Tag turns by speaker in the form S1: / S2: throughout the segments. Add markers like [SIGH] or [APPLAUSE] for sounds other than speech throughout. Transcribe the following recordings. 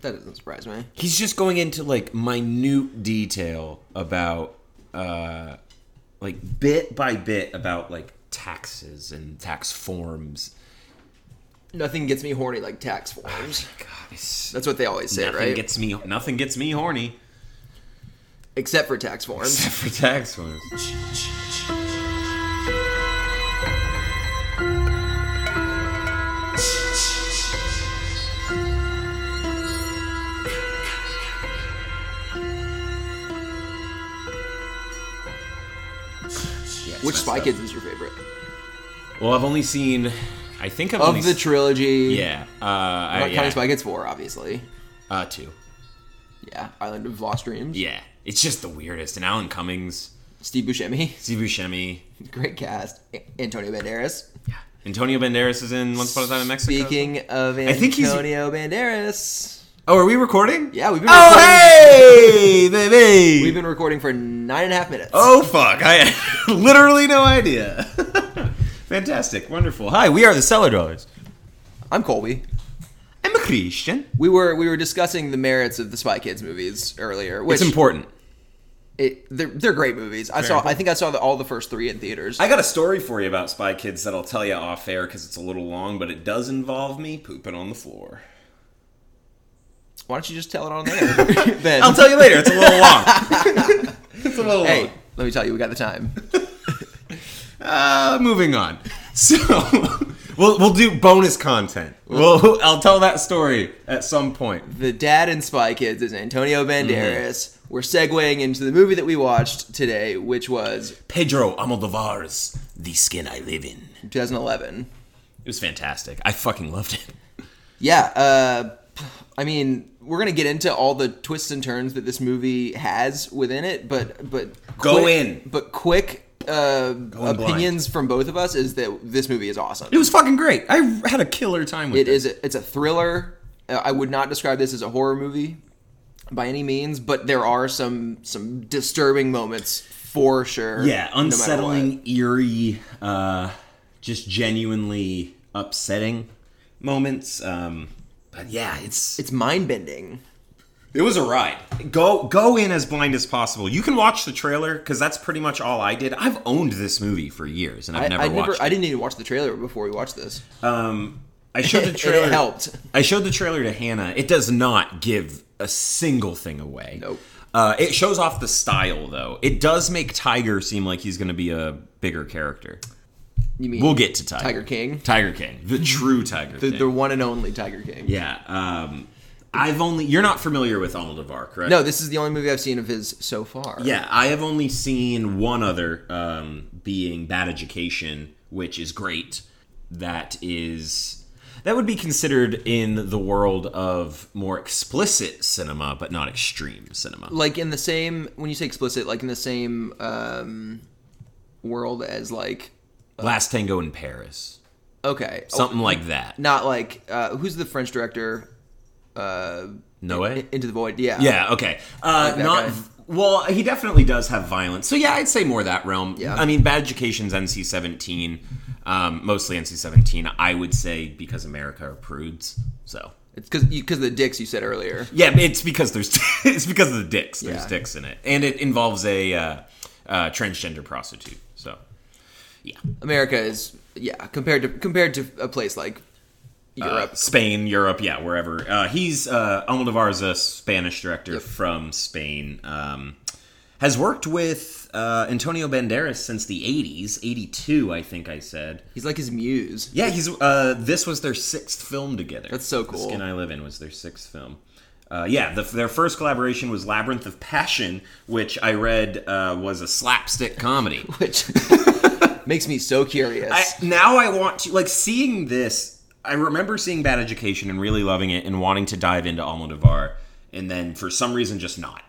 S1: That doesn't surprise me.
S2: He's just going into like minute detail about uh like bit by bit about like taxes and tax forms.
S1: Nothing gets me horny like tax forms.
S2: God, it's,
S1: That's what they always say,
S2: nothing
S1: right?
S2: gets me nothing gets me horny
S1: Except for tax forms.
S2: except [LAUGHS] for tax forms. Yeah, it's
S1: Which
S2: messed
S1: Spy
S2: up.
S1: Kids is your favorite?
S2: Well, I've only seen. I think I've only
S1: Of the
S2: s-
S1: trilogy.
S2: yeah. Uh, I,
S1: Not counting
S2: yeah.
S1: Spy Kids 4, obviously.
S2: Uh, two.
S1: Yeah. Island of Lost Dreams.
S2: Yeah, it's just the weirdest. And Alan Cummings,
S1: Steve Buscemi. [LAUGHS]
S2: Steve Buscemi,
S1: Great cast. A- Antonio Banderas.
S2: Antonio Banderas is in Once Upon a Time in Mexico.
S1: Speaking of
S2: think he's-
S1: Antonio Banderas.
S2: Oh, are we recording?
S1: Yeah, we've been
S2: Oh,
S1: recording.
S2: hey, baby.
S1: We've been recording for nine and a half minutes.
S2: [LAUGHS] Oh fuck! I [LAUGHS] literally no idea. [LAUGHS] Fantastic, wonderful. Hi, we are the Cellar Dwellers.
S1: I'm Colby.
S2: I'm a Christian.
S1: We were we were discussing the merits of the Spy Kids movies earlier. Which
S2: It's important.
S1: it- they're, they're great movies. I saw. I think I saw the, all the first three in theaters.
S2: I got a story for you about Spy Kids that I'll tell you off air because it's a little long, but it does involve me pooping on the floor.
S1: Why don't you just tell it on
S2: [LAUGHS]
S1: there? then
S2: I'll tell you later. It's a little long. [LAUGHS] it's a little
S1: Hey,
S2: long.
S1: let me tell you, we got the time.
S2: Uh, moving on. [LAUGHS] So we'll we'll do bonus content. We'll, I'll tell that story at some point.
S1: The dad in Spy Kids is Antonio Banderas.
S2: Mm-hmm.
S1: We're segueing into the movie that we watched today, which was
S2: Pedro Almodovar's "The Skin I Live In."
S1: 2011.
S2: It was fantastic. I fucking loved it.
S1: Yeah, uh, I mean, we're gonna get into all the twists and turns that this movie has within it, but but
S2: Go
S1: quick-
S2: in.
S1: But quick uh,
S2: blind.
S1: opinions from both of us is that this movie is awesome.
S2: It was fucking great. I had a killer time with
S1: It
S2: it.
S1: is. A, it's a thriller. Uh, I would not describe this as a horror movie by any means, but there are some some disturbing moments for sure.
S2: yeah,
S1: no matter
S2: unsettling,
S1: what.
S2: eerie, uh, just genuinely upsetting moments. Um, but yeah, it's
S1: It's mind bending.
S2: It was a ride. Go go in as blind as possible. You can watch the trailer because that's pretty much all I did. I've owned this movie for years and I've
S1: I
S2: never
S1: I,
S2: watched.
S1: I
S2: it.
S1: didn't even watch the trailer before we watched this.
S2: Um, I showed [LAUGHS]
S1: [LAUGHS]
S2: the
S1: It
S2: trailer.
S1: helped.
S2: I showed the trailer to Hannah. It does not give a single thing away.
S1: Nope.
S2: Uh, it shows off the style though. It does make Tiger seem like he's going to be a bigger character.
S1: You mean
S2: We'll get to Tiger.
S1: Tiger King,
S2: Tiger King, the true Tiger
S1: the,
S2: King.
S1: the one and only Tiger King.
S2: yeah. Um, I've only you're not familiar with Almodovar, correct?
S1: No, this is the only movie I've seen of his so far.
S2: Yeah, I have only seen one other um, being Bad Education, which is great. That is that would be considered in the world of more explicit cinema, but not extreme cinema.
S1: like in the same when you say explicit, like in the same um, world as like
S2: Last Tango in Paris,
S1: okay,
S2: something like that.
S1: not like uh, who's the French director? Uh,
S2: No way.
S1: Into the Void. Yeah.
S2: Yeah. Okay. Uh,
S1: that
S2: not.
S1: guy.
S2: Well, he definitely does have violence. So yeah, I'd say more that realm.
S1: Yeah.
S2: I mean, Bad Education's NC seventeen, um, mostly NC seventeen. I would say because America are prudes. So
S1: It's because because the dicks you said earlier.
S2: yeah, it's because there's [LAUGHS] it's because of the dicks. There's
S1: Yeah.
S2: dicks in it, and it involves a uh, uh, transgender prostitute. So uh, yeah,
S1: America is yeah compared to compared to a place like Europe.
S2: Uh, Spain, Europe, yeah, wherever. Uh, he's uh, Almodovar is a Spanish director from Spain. Um, has worked with uh, Antonio Banderas since the '80s, '82, I think I said.
S1: He's like his muse. [LAUGHS]
S2: Yeah, he's. Uh, this was their sixth film together.
S1: That's so cool.
S2: The Skin I Live In was their sixth film. Uh, yeah, the, their first collaboration was Labyrinth of Passion, which I read uh, was a slapstick comedy.
S1: [LAUGHS]
S2: [LAUGHS]
S1: Which makes me so curious.
S2: I, now I want to like seeing this. I remember seeing Bad Education and really loving it and wanting to dive into Almodovar, and then for some reason just not.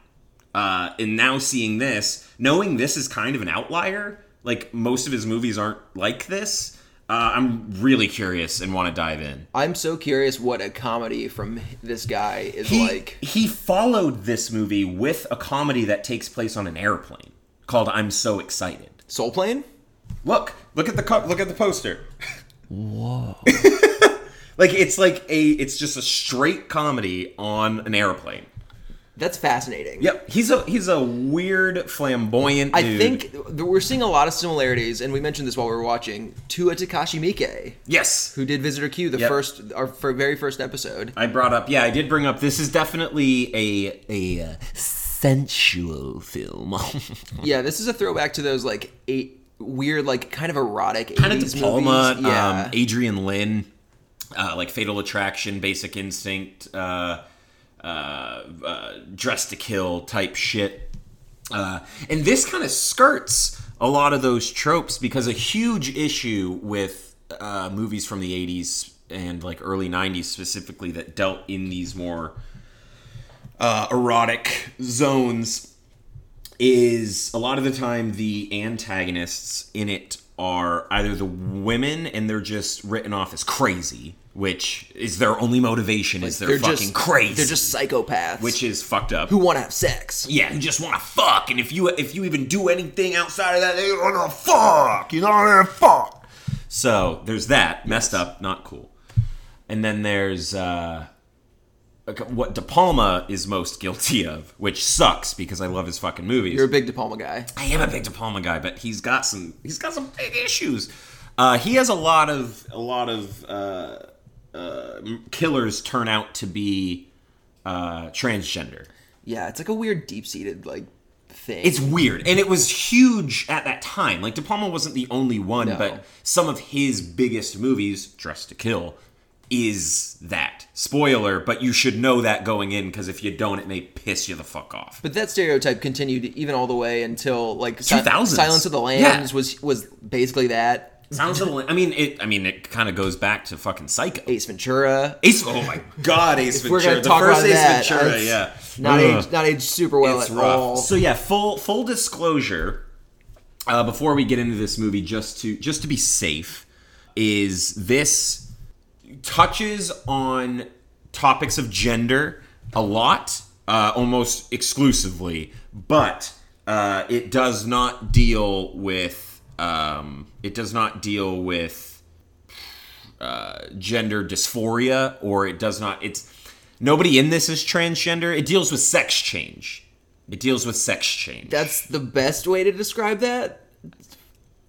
S2: Uh, and now seeing this, knowing this is kind of an outlier, like most of his movies aren't like this. Uh, I'm really curious and want to dive in.
S1: I'm so curious what a comedy from this guy is
S2: he,
S1: like.
S2: he followed this movie with a comedy that takes place on an airplane called "I'm So Excited."
S1: Soul Plane?
S2: Look, look at the co- look at the poster. Whoa! [LAUGHS] Like it's like a it's just a straight comedy on an airplane.
S1: That's fascinating.
S2: Yep, he's a he's a weird flamboyant.
S1: I
S2: dude.
S1: think th- we're seeing a lot of similarities, and we mentioned this while we were watching to a Takashi Miike,
S2: yes.
S1: who did Visitor Q, the
S2: Yep.
S1: first our fir- very first episode.
S2: I brought up, yeah, I did bring up. This is definitely a a uh, sensual film, [LAUGHS]
S1: Yeah, this is a throwback to those like eight weird, like kind of erotic
S2: kind of
S1: 80s
S2: De Palma,
S1: movies. Yeah,
S2: um, Adrian Lynn, uh, like Fatal Attraction, Basic Instinct, uh, uh, uh, Dress to Kill type shit, uh, and this kind of skirts a lot of those tropes because a huge issue with uh, movies from the '80s and like early '90s specifically that dealt in these more uh, erotic zones is a lot of the time the antagonists in it are either the women and they're just written off as crazy, which is their only motivation is they're, fucking
S1: just
S2: crazy,
S1: They're just psychopaths,
S2: which is fucked up.
S1: who want to have sex.
S2: yeah, who just want to fuck, and if you if you even do anything outside of that, they don't want to fuck. You know what I mean? Fuck. So there's that messed up, not cool. And then there's uh, okay, what De Palma is most guilty of, which sucks because I love his fucking movies.
S1: You're a big De Palma guy.
S2: I am a big De Palma guy, but he's got some he's got some big issues. Uh, he has a lot of a lot of uh, uh, killers turn out to be uh, transgender.
S1: Yeah, it's like a weird deep seated like thing.
S2: It's weird, and it was huge at that time. Like De Palma wasn't the only one,
S1: No.
S2: but some of his biggest movies, Dress to Kill, is that spoiler. But you should know that going in because if you don't, it may piss you the fuck off.
S1: But that stereotype continued even all the way until like Si-
S2: 2000s.
S1: Silence of the Lambs
S2: Yeah.
S1: was was basically that.
S2: Sounds a little. I mean, it. I mean, it kind of goes back to fucking Psycho.
S1: Ace Ventura.
S2: Ace. Oh
S1: [LAUGHS]
S2: my God, Ace
S1: We're
S2: Ventura.
S1: gonna
S2: the
S1: talk
S2: first
S1: about
S2: Ace
S1: that.
S2: Ventura.
S1: It's
S2: yeah,
S1: Not
S2: Ugh.
S1: aged, not aged super well
S2: It's
S1: at
S2: rough.
S1: all.
S2: So yeah, full full disclosure. Uh, before we get into this movie, just to just to be safe, is this touches on topics of gender a lot, uh, almost exclusively, but uh, it does not deal with um, it does not deal with uh, gender dysphoria or it does not it's nobody in this is transgender it deals with sex change it deals with sex change
S1: That's the best way to describe that.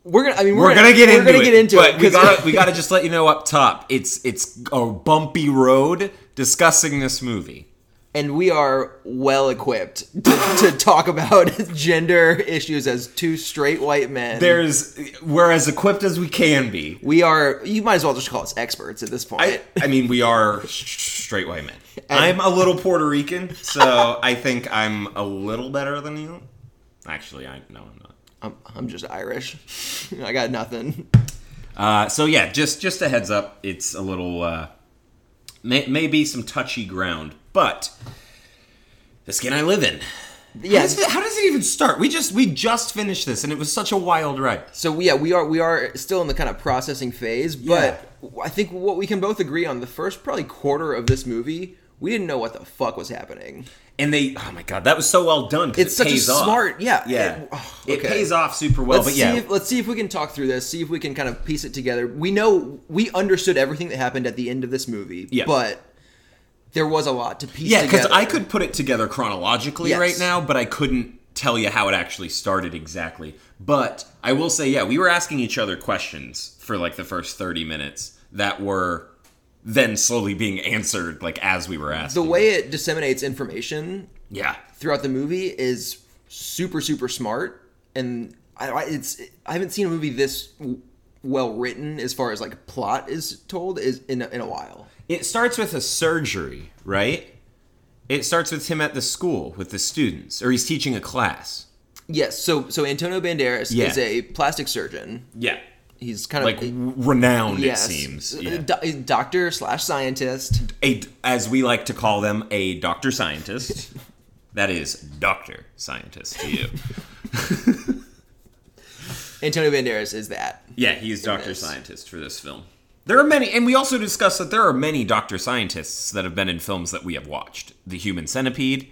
S1: We're gonna. I mean, we're,
S2: we're gonna get
S1: we're
S2: into
S1: gonna
S2: it,
S1: get into
S2: but
S1: it
S2: we
S1: 'cause- [LAUGHS]
S2: gotta we gotta just let you know up top it's it's a bumpy road discussing this movie
S1: and we are well equipped to, to talk about [LAUGHS] gender issues as two straight white men.
S2: there's we're as equipped as we can be
S1: we are. You might as well just call us experts at this point.
S2: I, I mean we are s- straight white men i'm a little puerto rican so i think i'm a little better than you actually i no i'm not
S1: I'm, I'm just Irish. [LAUGHS] I got nothing.
S2: Uh, so yeah, just just a heads up. It's a little uh, may, maybe some touchy ground, but the skin I live in. How
S1: Yes.
S2: does, it, how does it even start? We just we just finished this, and it was such a wild ride.
S1: So we- yeah, we are we are still in the kind of processing phase, but I think what we can both agree on the first probably quarter of this movie, we didn't know what the fuck was happening.
S2: And they, oh my god, that was so well done. 'cause
S1: It's
S2: it
S1: such a
S2: pays off.
S1: smart- yeah,
S2: yeah.
S1: it- oh,
S2: It
S1: okay.
S2: pays off super well,
S1: let's
S2: but yeah,
S1: see if, let's see if we can talk through this, see if we can kind of piece it together. We know we understood everything that happened at the end of this movie,
S2: Yeah.
S1: but there was a lot to piece
S2: yeah, because
S1: together.
S2: I could put it together chronologically
S1: Yes.
S2: right now, but I couldn't tell you how it actually started exactly. But I will say, yeah, we were asking each other questions for like the first thirty minutes that were then slowly being answered, like as we were asking.
S1: the way it disseminates information
S2: yeah,
S1: throughout the movie is super super smart and I, I it's I haven't seen a movie this w- well written as far as like plot is told is in a, in a while.
S2: it starts with a surgery, right? It starts with him at the school with the students, or he's teaching a class.
S1: Yes, so so Antonio Banderas
S2: Yeah.
S1: is a plastic surgeon.
S2: Yeah,
S1: He's kind
S2: like
S1: of
S2: renowned
S1: yes, Uh,
S2: it seems.
S1: a
S2: Yeah.
S1: do- a doctor slash scientist.
S2: a as we like to call them a doctor scientist that is doctor scientist to you
S1: Antonio Banderas is that.
S2: yeah he is doctor
S1: Yes.
S2: scientist for this film there are many and we also discussed that there are many doctor scientists that have been in films that we have watched the human centipede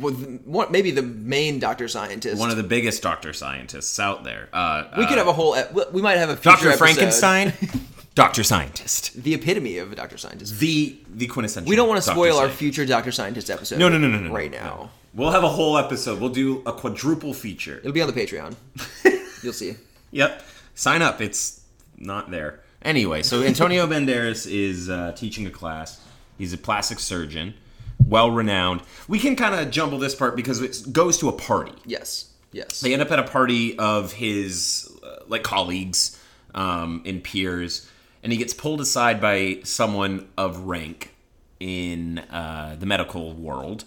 S1: With what maybe the main doctor scientist.
S2: one of the biggest doctor scientists out there uh,
S1: we could have a whole. e- We might have a future
S2: dr
S1: episode. [LAUGHS]
S2: frankenstein Dr. Scientist.
S1: the epitome of a Doctor Scientist.
S2: The the quintessential.
S1: We don't want to
S2: Dr.
S1: spoil our
S2: Scientist.
S1: future Doctor Scientist episode.
S2: No, no, no, no, no. no,
S1: Right
S2: no.
S1: now,
S2: We'll have a whole episode. We'll do a quadruple feature.
S1: it'll be on the
S2: [LAUGHS]
S1: Patreon. You'll see.
S2: Yep. Sign up. It's not there. Anyway, so Antonio Banderas is uh, teaching a class. He's a plastic surgeon, well renowned. We can kind of jumble this part because it goes to a party.
S1: Yes, yes.
S2: They end up at a party of his uh, like colleagues um, and peers, and he gets pulled aside by someone of rank in uh, the medical world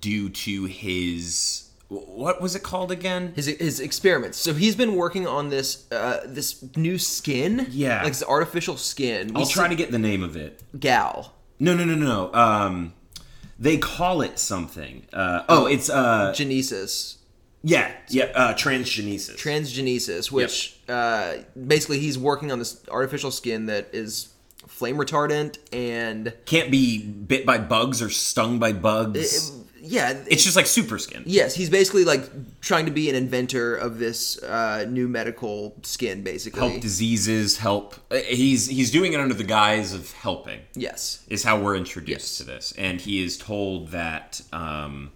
S2: due to his what was it called again?
S1: his, his experiments. So he's been working on this uh, this new skin.
S2: Yeah.
S1: like this artificial skin. We
S2: I'll
S1: see-
S2: try to get the name of it.
S1: Gal
S2: No, no, no, no. no. Um, they call it something. Uh, oh, it's uh,
S1: genesis,
S2: yeah, yeah, uh, transgenesis.
S1: transgenesis, which uh, basically he's working on this artificial skin that is flame retardant and
S2: Can't be bit by bugs or stung by bugs.
S1: yeah.
S2: it's just like super skin.
S1: Yes, he's basically like trying to be an inventor of this uh, new medical skin, basically.
S2: Help diseases. Help. uh, He's he's doing it under the guise of helping.
S1: yes,
S2: Is how we're introduced to this, and he is told that um,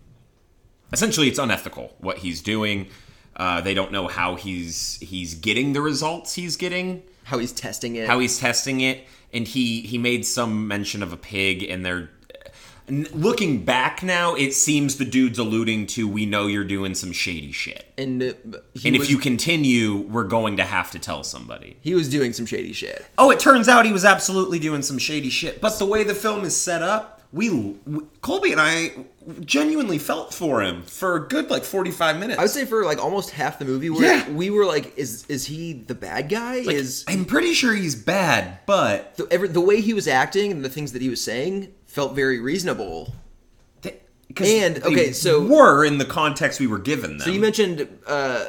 S2: essentially it's unethical what he's doing. Uh, they don't know how he's he's getting the results he's getting.
S1: how he's testing it.
S2: how he's testing it and he he made some mention of a pig and they're n- looking back now it seems the dude's alluding to we know you're doing some shady shit
S1: and uh, he
S2: and
S1: was-
S2: if you continue we're going to have to tell somebody
S1: he was doing some shady shit.
S2: oh it turns out he was absolutely doing some shady shit but the way the film is set up we w- colby and i genuinely felt for him for a good like 45 minutes
S1: I would say for like almost half the movie, where
S2: Yeah.
S1: we were like, "Is is he the bad guy?" is
S2: i'm pretty sure he's bad but
S1: the, every, the way he was acting and the things that he was saying felt very reasonable.
S2: They- 'cause
S1: And,
S2: they
S1: okay, so-
S2: were in the context we were given them.
S1: You mentioned uh,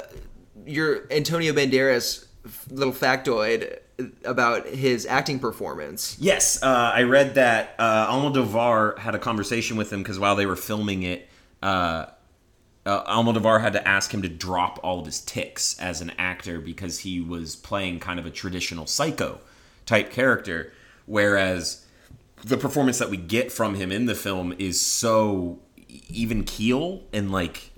S1: your Antonio Banderas f- little factoid about his acting performance.
S2: yes, uh, I read that uh, Almodovar had a conversation with him because while they were filming it, uh, uh, Almodovar had to ask him to drop all of his ticks as an actor because he was playing kind of a traditional psycho type character, whereas the performance that we get from him in the film is so e-, even keel and like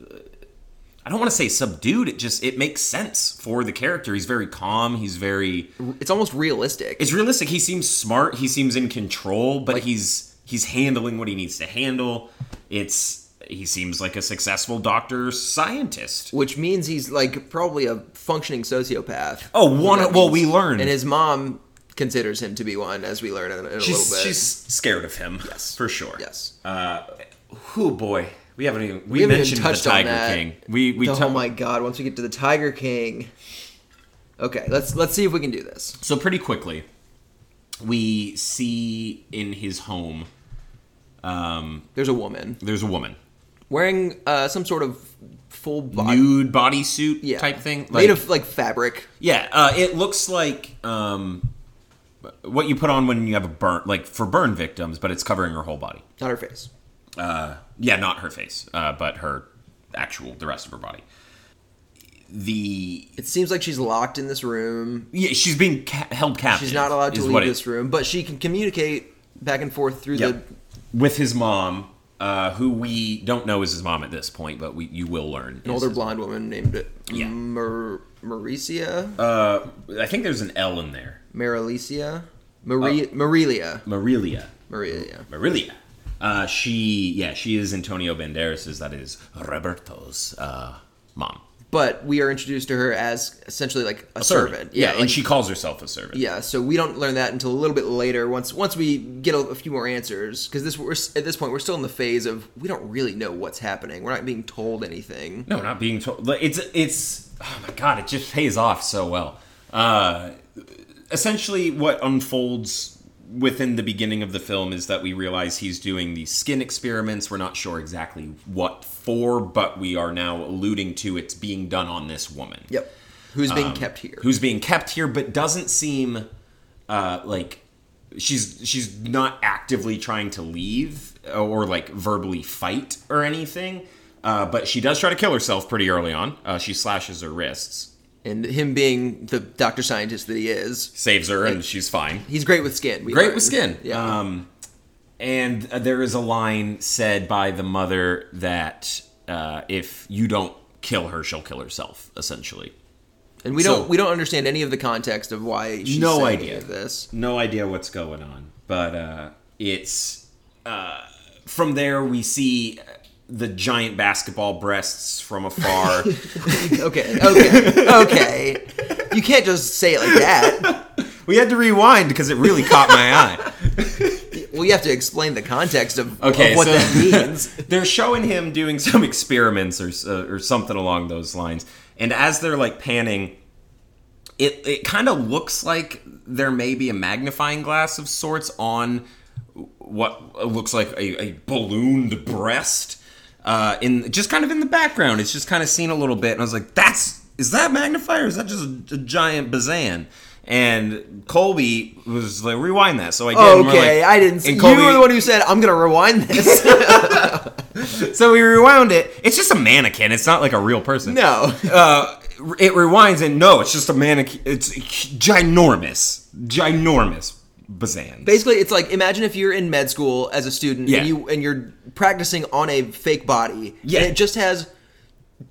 S2: I don't want to say subdued. It just it makes sense for the character. He's very calm. He's very
S1: It's almost realistic.
S2: it's realistic. He seems smart. He seems in control, but he's he's handling what he needs to handle. It's he seems like a successful doctor scientist.
S1: which means he's like probably a functioning sociopath.
S2: Oh, one-
S1: That
S2: well,
S1: means-
S2: we learned.
S1: and his mom considers him to be one, as we learn in, in a
S2: She's
S1: little bit.
S2: she's Uh, scared of him. Yes, for sure.
S1: yes,
S2: Who boy? We haven't even we,
S1: haven't even
S2: mentioned
S1: touched
S2: the
S1: on
S2: Tiger
S1: that.
S2: King. We we
S1: oh
S2: tou-
S1: my god! Once we get to the Tiger King, okay, let's let's see if we can do this.
S2: So pretty quickly, we see in his home
S1: There's a woman
S2: there's a woman
S1: wearing uh, some sort of full body
S2: nude bodysuit
S1: yeah.
S2: type thing
S1: made of like fabric.
S2: Yeah, uh, it looks like um, what you put on when you have a burn, like for burn victims, but it's covering her whole body.
S1: Not her face.
S2: Yeah, not her face, uh, but her actual, the rest of her body. The
S1: It seems like she's locked in this room.
S2: yeah, she's being ca- held captive.
S1: She's not allowed to
S2: is what
S1: leave
S2: it-
S1: this room, but she can communicate back and forth through
S2: Yep. with his mom, uh, who we don't know is his mom at this point, but we you will learn.
S1: the older blonde woman named
S2: Yeah.
S1: Mar- Mauricia.
S2: uh, I think there's an L in there.
S1: Marilicia? Maria Marilia.
S2: Marilia.
S1: Marilia.
S2: Marilia. Uh, she, yeah, she is Antonio Banderas's, that is Roberto's uh, mom.
S1: But we are introduced to her as essentially like a, servant.
S2: servant. Yeah,
S1: like-
S2: and she calls herself a servant.
S1: yeah, so we don't learn that until a little bit later once once we get a, a few more answers cuz this we're s- at this point we're still in the phase of we don't really know what's happening. We're not being told anything.
S2: No, not being told. like, It's it's oh my god, it just pays off so well. Uh, essentially, what unfolds within the beginning of the film is that we realize he's doing these skin experiments. We're not sure exactly what for, but we are now alluding to it's being done on this woman.
S1: Yep. Who's
S2: Um,
S1: being kept here?
S2: who's being kept here but doesn't seem uh, like she's she's not actively trying to leave or like verbally fight or anything uh, but she does try to kill herself pretty early on uh, she slashes her wrists
S1: and him being the doctor scientist that he is,
S2: Saves her and she's fine.
S1: he's great with skin. we
S2: Great
S1: learned.
S2: with skin.
S1: Yeah.
S2: Um, and uh, there is a line said by the mother that uh, if you don't kill her, she'll kill herself, essentially.
S1: and we
S2: so-
S1: don't we don't understand any of the context of why she's
S2: No
S1: saying
S2: idea.
S1: any of this.
S2: no idea what's going on but uh it's uh from there we see the giant basketball breasts from afar
S1: Okay, okay, okay. You can't just say it like that.
S2: we had to rewind because it really caught my eye
S1: Well, you have to explain the context of,
S2: okay
S1: of what
S2: so [LAUGHS]
S1: that means.
S2: they're showing him doing some experiments or s- uh, or something along those lines and as they're like panning it it kind of looks like there may be a magnifying glass of sorts on what looks like a, a ballooned breast uh, in just kind of in the background. It's just kind of seen a little bit, and I was like, "That's is that magnifier? Is that just a, a giant bazan?" And Colby was like, "Rewind that." So I did. and we're
S1: Oh, okay,
S2: like-
S1: I didn't. See,
S2: and
S1: you were the one who said I'm gonna rewind
S2: [LAUGHS]
S1: this.
S2: So we rewound it. It's just a mannequin. It's not like a real person.
S1: no,
S2: Uh, it rewinds and no, it's just a mannequin. It's ginormous, ginormous bazan.
S1: basically, it's like imagine if you're in med school as a student
S2: Yeah.
S1: and you and you're practicing on a fake body.
S2: Yeah.
S1: and it just has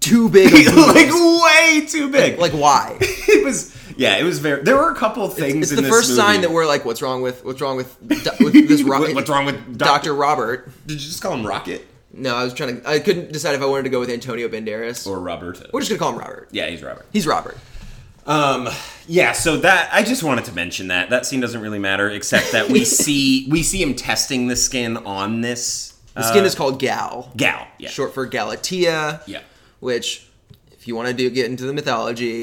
S1: too big.
S2: [LAUGHS]
S1: Of
S2: [LAUGHS] like
S1: [LAUGHS] boobs.
S2: way too big.
S1: like why?
S2: [LAUGHS] it was yeah it was very there were a couple of
S1: It's
S2: things in
S1: the
S2: this
S1: first
S2: movie.
S1: sign that we're like, what's wrong with what's wrong with do- with
S2: [LAUGHS]
S1: this
S2: What-
S1: rocket?
S2: what's wrong with
S1: Doctor
S2: doctor
S1: Robert?
S2: did you just call him rocket
S1: No, I was trying to. I couldn't decide if I wanted to go with Antonio Banderas.
S2: or robert
S1: We're just gonna call him Robert.
S2: yeah he's robert
S1: He's Robert.
S2: um yeah so that i just wanted to mention that that scene doesn't really matter except that
S1: [LAUGHS]
S2: we see we see him testing the skin on this
S1: The skin is called Gal,
S2: gal Uh, yeah
S1: short for Galatea.
S2: yeah
S1: Which, if you want to do get into the mythology,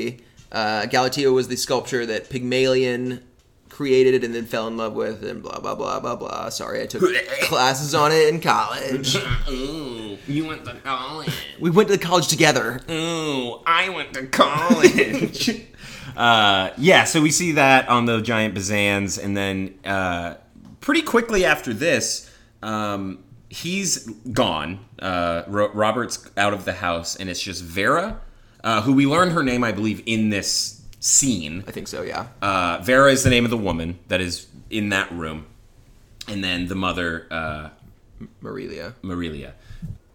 S1: uh, Galatea was the sculpture that Pygmalion created and then fell in love with, and blah blah blah blah blah. Sorry, I
S2: [LAUGHS]
S1: took classes on it in college.
S2: [LAUGHS] Ooh, you oh, went to college
S1: We went to college together.
S2: Ooh, I went to college. [LAUGHS] uh, yeah, so we see that on the giant Bazans, and then uh, pretty quickly after this, um, he's gone. Uh, Ro- Robert's out of the house, and it's just Vera, uh, who we learn her name, I believe, in this scene.
S1: I think so. Yeah.
S2: Uh, Vera is the name of the woman that is in that room, and then the mother. Uh,
S1: Marilia.
S2: Marilia.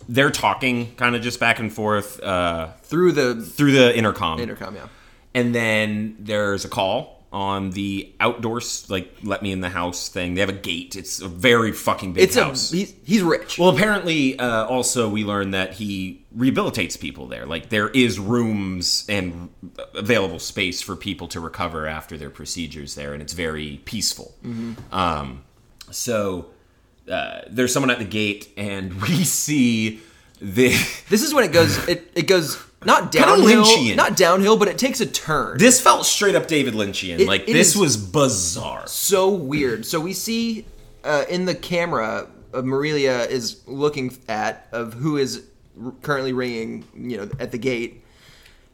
S2: They're talking kind of just back and forth uh,
S1: Through the
S2: through the intercom.
S1: intercom, yeah.
S2: And then there's a call on the outdoors, like let me in the house thing. They have a gate. It's a very fucking big
S1: It's
S2: house.
S1: a he's, he's rich.
S2: well, apparently, uh, also we learned that he rehabilitates people there. Like there is rooms and available space for people to recover after their procedures there, and it's very peaceful.
S1: Mm-hmm.
S2: Um, so uh, there's someone at the gate, and [LAUGHS] we see the
S1: this is when it goes. It it goes not
S2: Kinda
S1: downhill,
S2: Lynchian.
S1: not downhill, but it takes a turn.
S2: This felt straight up David Lynchian.
S1: It-
S2: like
S1: it is-
S2: this was bizarre.
S1: so weird. So we see uh, in the camera, uh, Marilia is looking at of who is r- currently ringing, you know, at the gate,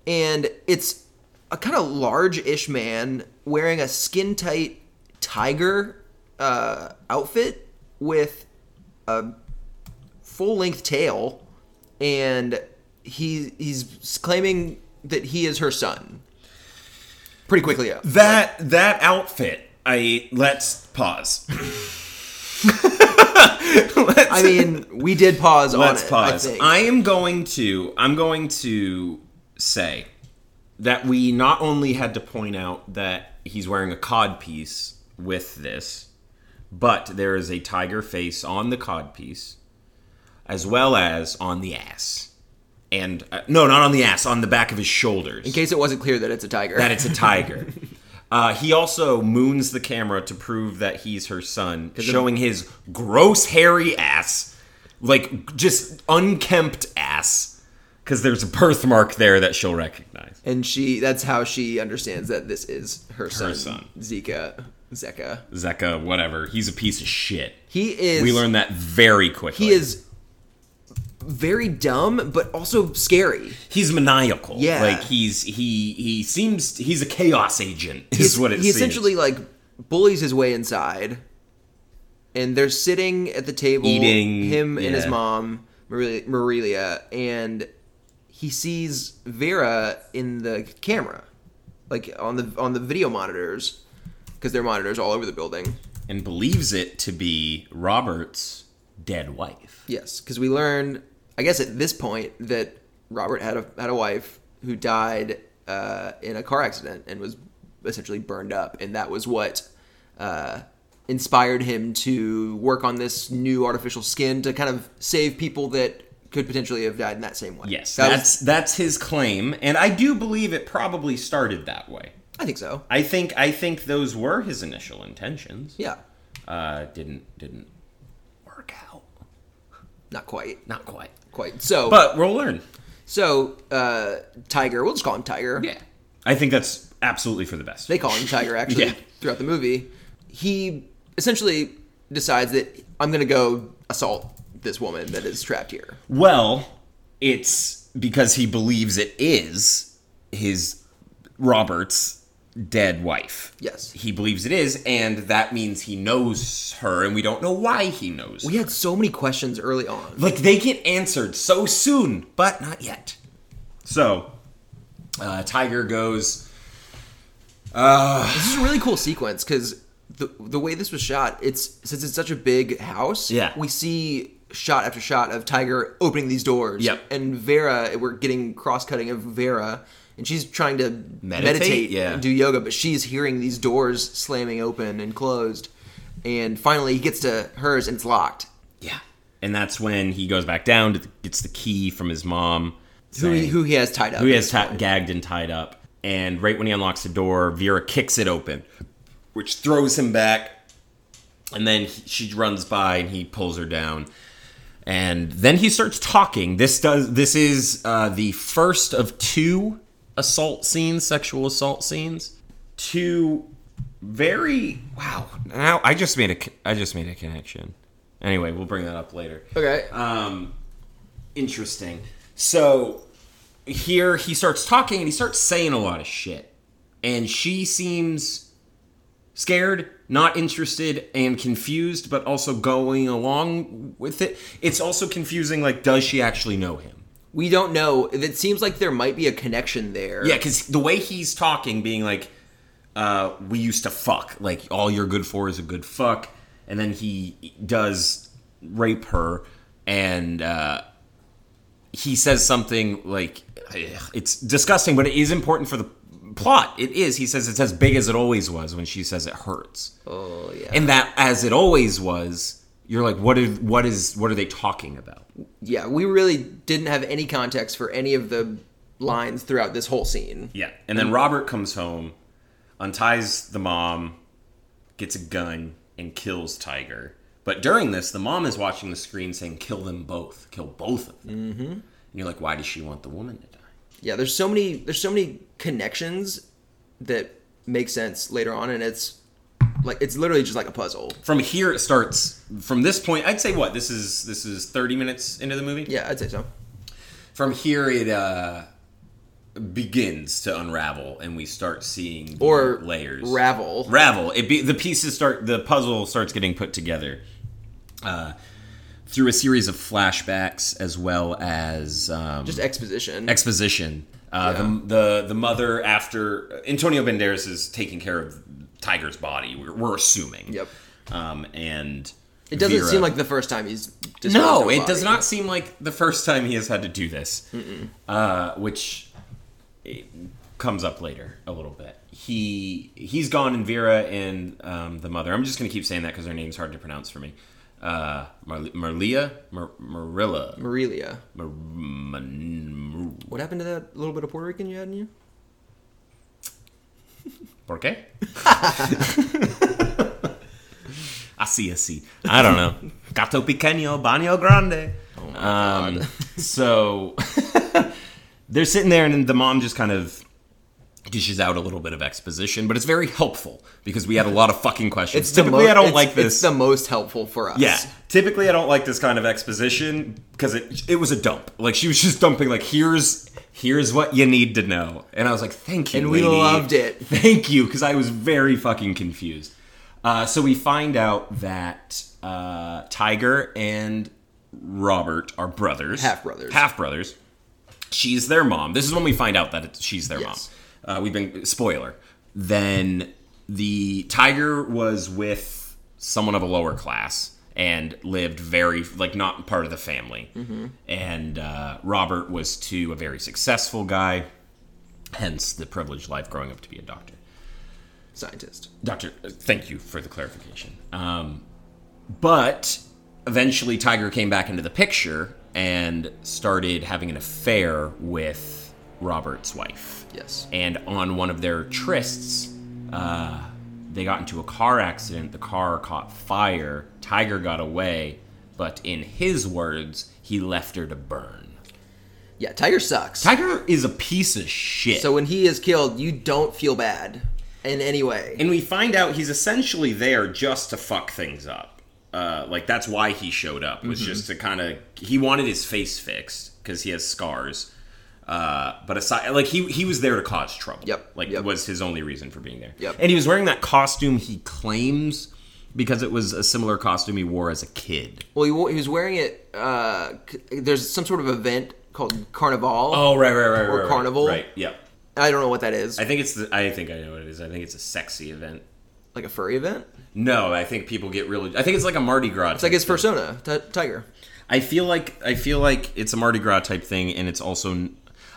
S1: and it's a kind of large-ish man wearing a skin-tight tiger uh, outfit with a full-length tail, and he he's claiming that he is her son. Pretty quickly, yeah.
S2: That that outfit. I let's pause.
S1: [LAUGHS]
S2: let's,
S1: I mean, we did pause on
S2: let's
S1: it.
S2: pause.
S1: I think.
S2: I am going to I'm going to say that we not only had to point out that he's wearing a cod piece with this, but there is a tiger face on the cod piece as well as on the ass. And uh, no, not on the ass, on the back of his shoulders.
S1: In case it wasn't clear that it's a tiger.
S2: that it's a
S1: [LAUGHS]
S2: tiger. Uh, he also moons the camera to prove that he's her son, showing his gross hairy ass, like just unkempt ass, because there's a birthmark there that she'll recognize.
S1: and she that's how she understands that this is her son.
S2: son.
S1: Zika. Zeka.
S2: Zeka, whatever, he's a piece of shit.
S1: He is
S2: We learned that very quickly.
S1: he is very dumb, but also scary.
S2: He's maniacal.
S1: Yeah.
S2: like he's he he seems he's a chaos agent. Is
S1: He's-
S2: what it
S1: he
S2: seems.
S1: essentially like bullies his way inside. And they're sitting at the table
S2: Eating,
S1: him and his
S2: yeah.
S1: mom, Marili- Marilia, and he sees Vera in the camera, like on the on the video monitors, because there are monitors all over the building.
S2: and believes it to be Robert's dead wife.
S1: Yes, because we learned, I guess at this point, that Robert had a had a wife who died uh, in a car accident and was essentially burned up, and that was what uh, inspired him to work on this new artificial skin to kind of save people that could potentially have died in that same way.
S2: Yes,
S1: That was-
S2: that's that's his claim, and I do believe it probably started that way.
S1: I think so.
S2: I think I think those were his initial intentions.
S1: Yeah,
S2: Uh, didn't didn't work out.
S1: not quite,
S2: Not quite.
S1: quite. So,
S2: But we'll learn.
S1: so uh, Tiger, we'll just call him Tiger.
S2: I think that's absolutely for the best.
S1: they call him Tiger actually
S2: Yeah.
S1: throughout the movie. He essentially decides that I'm going to go assault this woman that is trapped here.
S2: Well, it's because he believes it is his Robert's dead wife.
S1: Yes.
S2: He believes it is, and that means he knows her, and we don't know why he knows.
S1: We had so many questions early on.
S2: like they get answered so soon, but not yet. So, uh, Tiger goes.
S1: This is a really cool sequence because the the way this was shot, it's since it's such a big house.
S2: Yeah.
S1: we see shot after shot of Tiger opening these doors.
S2: Yep.
S1: and Vera, we're getting cross cutting of Vera. And she's trying to meditate,
S2: Meditate? Yeah.
S1: and do yoga, but she's hearing these doors slamming open and closed. And finally, he gets to hers, and it's locked.
S2: Yeah, and that's when he goes back down, to gets the key from his mom,
S1: who he,
S2: saying-
S1: who he has tied up.
S2: who he has ta- gagged and tied up. And right when he unlocks the door, Vera kicks it open, which throws him back. And then he, she runs by and he pulls her down. And then he starts talking. This does this is uh, the first of two assault scenes, sexual assault scenes. Two very wow. Now I just made a c- I just made a connection. Anyway, we'll bring that up later
S1: Okay. Uh,
S2: um, interesting. So here he starts talking and he starts saying a lot of shit. And she seems scared, not interested, and confused, but also going along with it. It's also confusing like, does she actually know him?
S1: we don't know. It seems like there might be a connection there.
S2: Yeah, because the way he's talking, being like, uh, we used to fuck. Like, all you're good for is a good fuck. And then he does rape her, and uh, he says something like, ugh, it's disgusting, but it is important for the plot. It is. He says it's as big as it always was when she says it hurts.
S1: Oh yeah.
S2: And that, as it always was, you're like, what is, what is, what are they talking about?
S1: yeah, we really didn't have any context for any of the lines throughout this whole scene.
S2: Yeah. And then Robert comes home, unties the mom, gets a gun, and kills Tiger. But during this, the mom is watching the screen saying, kill them both. Kill both of them. Mm-hmm. And you're like, why does she want the woman to die?
S1: Yeah, there's so many there's so many connections that make sense later on and it's like it's literally just like a puzzle.
S2: From here it starts from this point, I'd say what? This is this is 30 minutes into the movie?
S1: Yeah, I'd say so.
S2: From here it uh begins to unravel and we start seeing the
S1: Or
S2: layers.
S1: Ravel.
S2: ravel. It be, the pieces start the puzzle starts getting put together uh, through a series of flashbacks as well as um,
S1: just exposition.
S2: exposition. Uh, the, the the mother after Antonio Banderas is taking care of Tiger's body. We're, we're assuming.
S1: Yep.
S2: Um, and
S1: it doesn't
S2: Vera-
S1: seem like the first time he's disposed
S2: no,
S1: of a
S2: it does
S1: body.
S2: not seem like the first time he has had to do this, uh, which it comes up later a little bit. He he's gone, and Vera and um, the mother. I'm just gonna keep saying that because her name's hard to pronounce for me. Uh, Mar- Marlia, Mar- Marilla,
S1: Morelia.
S2: Mar- Man-
S1: What happened to that little bit of Puerto Rican you had in you?
S2: Por qué? [LAUGHS] I see, I see. I don't know. Gato pequeño, baño grande. Oh my um,
S1: [LAUGHS]
S2: so [LAUGHS] they're sitting there, and the mom just kind of dishes out a little bit of exposition, but it's very helpful because we had a lot of fucking questions.
S1: the
S2: Typically,
S1: mo-
S2: I don't
S1: it's-
S2: like
S1: It's
S2: this.
S1: the most helpful for us.
S2: yeah, typically I don't like this kind of exposition because it it was a dump. Like she was [LAUGHS] just dumping. Like here's here's what you need to know, and I was like, thank you,
S1: And we
S2: lady.
S1: loved it.
S2: [LAUGHS] Thank you, because I was very fucking confused. Uh, so we find out that uh, Tiger and Robert are brothers,
S1: Half brothers.
S2: half brothers, she's their mom. This is when we find out that it's, she's their
S1: Yes.
S2: mom. Uh, we've been spoiler. Then the tiger was with someone of a lower class and lived very like not part of the family.
S1: Mm-hmm.
S2: And uh, Robert was too a very successful guy, hence the privileged life growing up to be a doctor.
S1: Scientist.
S2: Doctor, uh, thank you for the clarification. Um, but eventually, Tiger came back into the picture and started having an affair with Robert's wife.
S1: Yes.
S2: And on one of their trysts, uh, they got into a car accident. The car caught fire. Tiger got away, but in his words, he left her to burn.
S1: Yeah, Tiger sucks.
S2: Tiger is a piece of shit.
S1: so when he is killed, you don't feel bad in any way.
S2: and we find out he's essentially there just to fuck things up. Uh, like that's why he showed up was just to kind of he wanted his face fixed because he has scars. Uh, but aside, like he he was there to cause trouble.
S1: Yep,
S2: Like
S1: yep.
S2: was his only reason for being there.
S1: Yep.
S2: And he was wearing that costume he claims because it was a similar costume he wore as a kid.
S1: well, he, wa- he was wearing it. Uh, c- there's some sort of event called Carnival.
S2: right, right, right,
S1: Or right, carnival.
S2: Right. Yeah.
S1: I don't know what that is.
S2: Oh. I think it's the. I think I know what it is. I think it's a sexy event.
S1: like a furry event.
S2: No, I think people get really. I think it's like a Mardi Gras.
S1: It's like his persona, t- Tiger.
S2: I feel like I feel like it's a Mardi Gras type thing, and it's also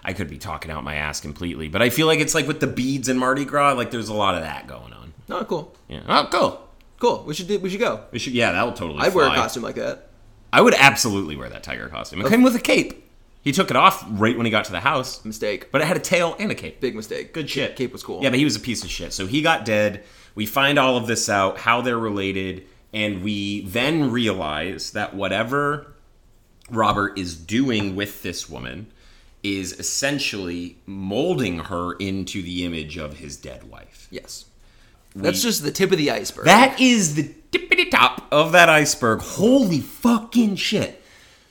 S2: I could be talking out my ass completely, but I feel like it's like with the beads and Mardi Gras, like there's a lot of that going on.
S1: Oh, cool,
S2: Yeah. Oh, cool.
S1: cool. We should do, we should go.
S2: We should. Yeah, that'll totally.
S1: I'd wear a
S2: fly.
S1: costume like that.
S2: I would absolutely wear that tiger costume. It came with a cape. He took it off right when he got to the house,
S1: Mistake,
S2: but it had a tail and a cape.
S1: big mistake.
S2: Good shit.
S1: Cape was cool.
S2: Yeah, but he was a piece of shit. So he got dead. We find all of this out, how they're related, and we then realize that whatever Robert is doing with this woman is essentially molding her into the image of his dead wife.
S1: Yes, that's just the tip of the iceberg.
S2: That is the tippity top of that iceberg. Holy fucking shit.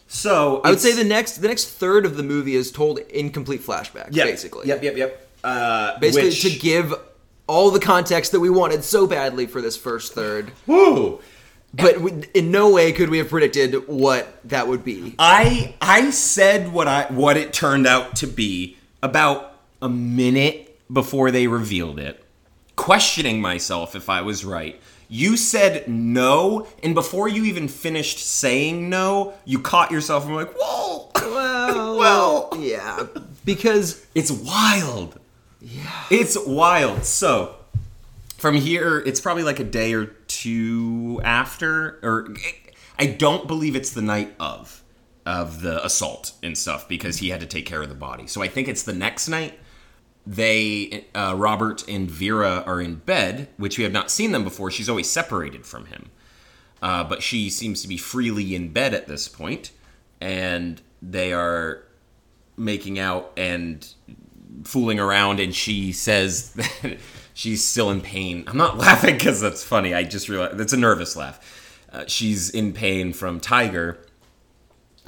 S2: So
S1: I would say the next the next third of the movie is told in complete flashback. basically.
S2: Yep, yep, yep. Uh,
S1: Basically,
S2: which-
S1: to give all the context that we wanted so badly for this first third,
S2: Woo!
S1: but we, in no way could we have predicted what that would be.
S2: I I said what I what it turned out to be about a minute before they revealed it, questioning myself if I was right. You said no, and before you even finished saying no, you caught yourself and were like, "Whoa!" [LAUGHS]
S1: Well,
S2: Well-
S1: yeah, because
S2: It's wild. Yeah. It's wild. So, from here, it's probably like a day or two after, or I don't believe it's the night of of the assault and stuff because he had to take care of the body. So I think it's the next night. They, uh, Robert and Vera are in bed, which we have not seen them before. She's always separated from him uh, but she seems to be freely in bed at this point, and they are making out and fooling around. And she says [LAUGHS] that she's still in pain. I'm not [LAUGHS] laughing because that's funny. I just realized that's a nervous laugh. Uh, she's in pain from Tiger,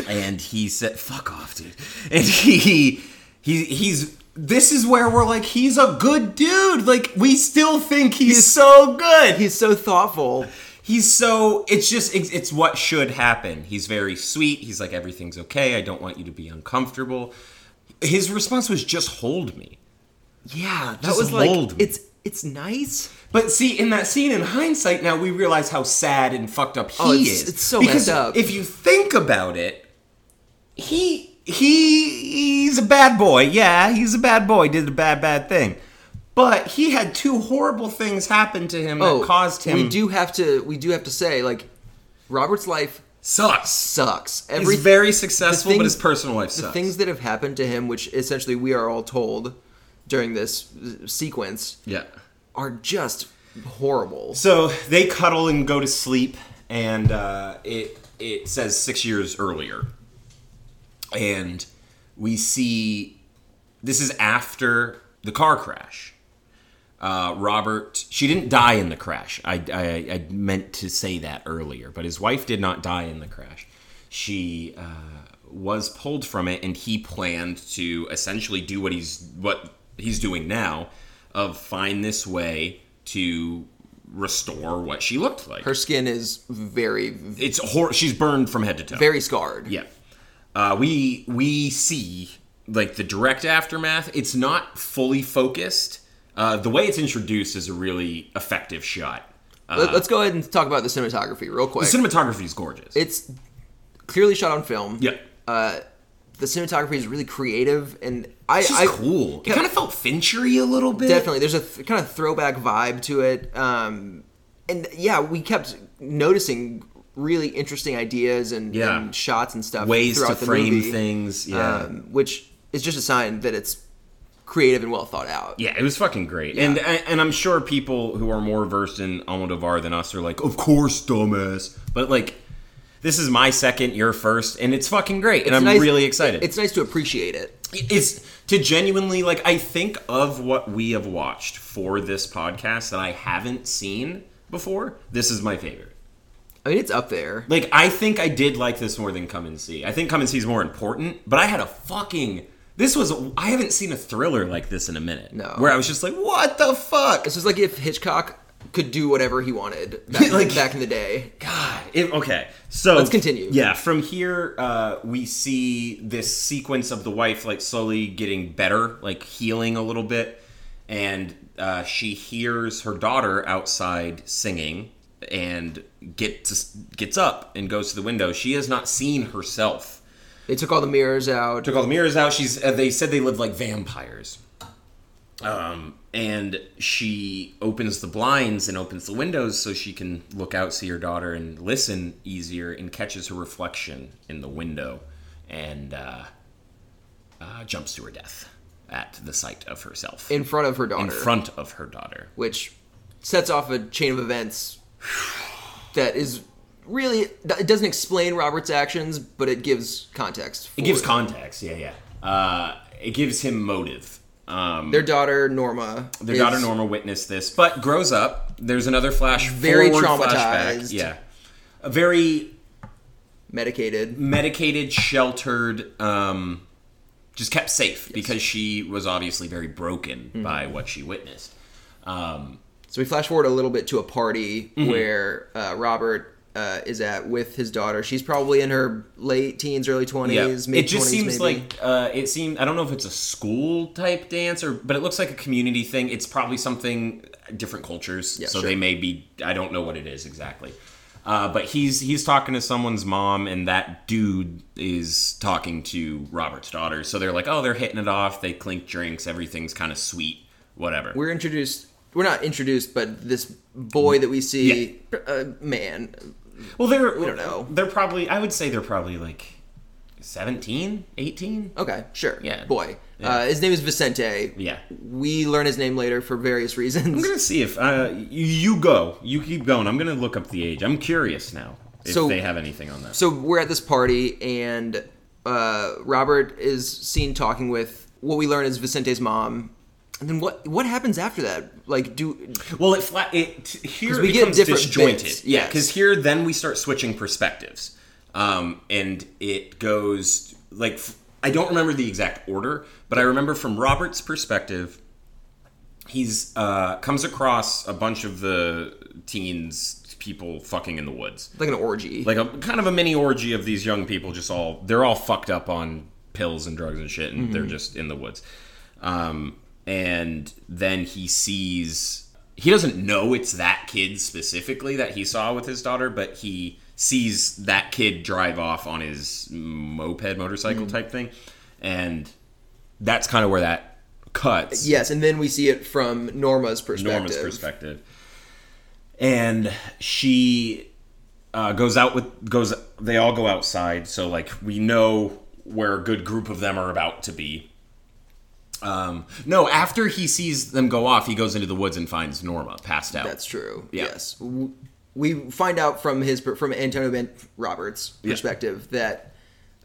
S2: and he said, "Fuck off, dude." [LAUGHS] And he he he's. This is where we're like, he's a good dude. Like, we still think he's so good
S1: he's so thoughtful.
S2: he's so it's just it's, it's what should happen he's very sweet he's like everything's okay i don't want you to be uncomfortable his response was just hold me
S1: Yeah, that
S2: Just
S1: was like
S2: lulled me.
S1: it's it's nice.
S2: but see in that scene in hindsight now we realize how sad and fucked up he
S1: Oh, it's-
S2: is
S1: it's so messed
S2: because
S1: up.
S2: if you think about it he he he's a bad boy yeah he's a bad boy did a bad bad thing but he had two horrible things happen to him that caused him
S1: Oh, We do have to we do have to say like Robert's life
S2: sucks
S1: sucks.
S2: He's
S1: Every
S2: very successful, but
S1: things-
S2: his personal life sucks.
S1: things that have happened to him, which essentially we are all told during this uh, sequence,
S2: Yeah.
S1: are just horrible.
S2: So they cuddle and go to sleep, and uh, it it says six years earlier, and we see this is after the car crash. Uh, Robert, she didn't die in the crash. I, I I meant to say that earlier, but his wife did not die in the crash. She uh, was pulled from it, and he planned to essentially do what he's what he's doing now, of find this way to restore what she looked like.
S1: Her skin is very,
S2: it's hor- she's burned from head to toe.
S1: very scarred.
S2: Yeah. Uh, we we see like the direct aftermath, it's not fully focused. Uh, the way it's introduced is a really effective shot.
S1: Let- Let's go ahead and talk about the cinematography real quick.
S2: The cinematography is gorgeous.
S1: it's clearly shot on film.
S2: Yep.
S1: Uh, the cinematography is really creative, and I,
S2: it's just
S1: I
S2: cool. It kind of felt Finchery a little bit.
S1: definitely there's a th- kind of throwback vibe to it. Um, and yeah, we kept noticing really interesting ideas and,
S2: Yeah.
S1: and shots and stuff
S2: Ways to
S1: throughout the
S2: frame
S1: movie,
S2: things. Yeah.
S1: um, which is just a sign that it's creative and well thought out.
S2: Yeah, it was fucking great, and and I'm sure people who are more versed in Almodovar than us are like, of course, dumbass. But like, this is my second, your first, and it's fucking great, and I'm
S1: nice-
S2: really excited.
S1: It's nice to appreciate it.
S2: it's to genuinely like I think of what we have watched for this podcast that I haven't seen before. This is my favorite.
S1: I mean, it's up there.
S2: Like I think I did like this more than Come and See. I think Come and See is more important, but I had a fucking this was I haven't seen a thriller like this in a minute.
S1: No.
S2: Where I was just like, what the fuck?
S1: This is like if Hitchcock could do whatever he wanted
S2: [LAUGHS]
S1: back,
S2: Like-
S1: back in the day.
S2: God. It, okay. So
S1: Let's continue.
S2: Yeah. From here, uh, we see this sequence of the wife like slowly getting better, like healing a little bit, and uh, she hears her daughter outside singing and gets gets up and goes to the window. She has not seen herself.
S1: They took all the mirrors out.
S2: Took all the mirrors out. She's. Uh, they said they live like vampires. Um, and she opens the blinds and opens the windows so she can look out, see her daughter, and listen easier, and catches her reflection in the window, and uh, uh, jumps to her death at the sight of herself
S1: in front of her daughter,
S2: in front of her daughter.
S1: which sets off a chain of events that is really it doesn't explain Robert's actions, but it gives context. For
S2: It gives context. Yeah, yeah. Uh, it gives him motive. Um,
S1: their daughter Norma.
S2: Their
S1: is-
S2: daughter Norma witnessed this, but grows up. There's another flash
S1: Very
S2: forward
S1: traumatized.
S2: Flashback. Yeah, a very
S1: medicated.
S2: medicated, sheltered, um, just kept safe because she was obviously very broken
S1: Mm-hmm.
S2: by what she witnessed.
S1: So we flash forward a little bit to a party
S2: Mm-hmm.
S1: where uh, Robert. Uh, is at with his daughter. She's probably in her late teens, early
S2: Yeah,
S1: twenties, mid
S2: it just
S1: twenties,
S2: seems
S1: maybe.
S2: like uh, it seemed. I don't know if it's a school type dance or, but it looks like a community thing. It's probably something uh, different cultures,
S1: sure.
S2: so they may be. I don't know what it is exactly. Uh, but he's he's talking to someone's mom, and that dude is talking to Robert's daughter. So they're like, oh, they're hitting it off. They clink drinks. Everything's kind of sweet. Whatever.
S1: we're introduced. We're not introduced, but this boy that we see, uh, man,
S2: Well, they're we
S1: don't know.
S2: They're probably I would say they're probably like 17, 18.
S1: Okay, sure.
S2: Yeah.
S1: Boy. Uh, his name is Vicente.
S2: Yeah.
S1: We learn his name later for various reasons.
S2: I'm going to see if uh, y- you go. You keep going. I'm going to look up the age. I'm curious now if
S1: So-
S2: they have anything on that.
S1: so we're at this party, and uh, Robert is seen talking with what we learn is Vicente's mom. And then what what happens after that? Like, do
S2: Well, it flat it t- here
S1: 'Cause
S2: it
S1: we get
S2: becomes
S1: different
S2: disjointed.
S1: bits,
S2: Yeah,
S1: yes.
S2: because here then we start switching perspectives, um, and it goes like f- I don't remember the exact order, but I remember from Robert's perspective, he's uh, comes across a bunch of the teens people fucking in the woods,
S1: like an orgy?
S2: like a kind of a mini orgy of these young people just all they're all fucked up on pills and drugs and shit and they're just in the woods um, and then he sees he doesn't know it's that kid specifically that he saw with his daughter but he sees that kid drive off on his moped motorcycle type thing and that's kind of where that cuts
S1: yes, and then we see it from Norma's perspective.
S2: Norma's perspective. And she uh, goes out with goes. They all go outside, so like we know where a good group of them are about to be. Um, no, after he sees them go off, he goes into the woods and finds Norma passed out.
S1: That's true.
S2: Yeah.
S1: Yes. W- We find out from his per- from Antonio Ben Roberts' perspective that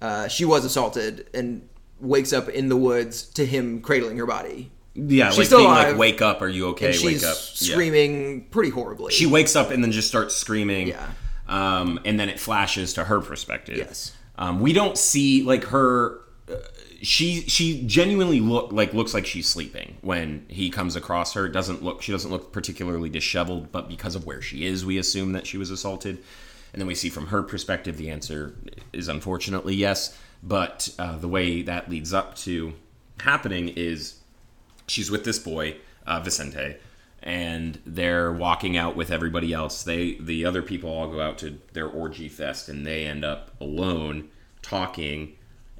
S1: uh, she was assaulted and wakes up in the woods to him cradling her body.
S2: yeah, like
S1: still
S2: being
S1: alive.
S2: like, "Wake up! Are you okay?
S1: And
S2: Wake
S1: she's
S2: up!" Yeah.
S1: screaming pretty horribly.
S2: She wakes up and then just starts screaming.
S1: Yeah.
S2: Um, and then it flashes to her perspective.
S1: Yes.
S2: Um, we don't see like her. Uh, she she genuinely look like looks like she's sleeping when he comes across her. Doesn't look she doesn't look particularly disheveled, but because of where she is, we assume that she was assaulted. And then we see from her perspective, the answer is unfortunately yes. But uh, the way that leads up to happening is she's with this boy, uh, Vicente, and they're walking out with everybody else. They the other people all go out to their orgy fest, and they end up alone talking.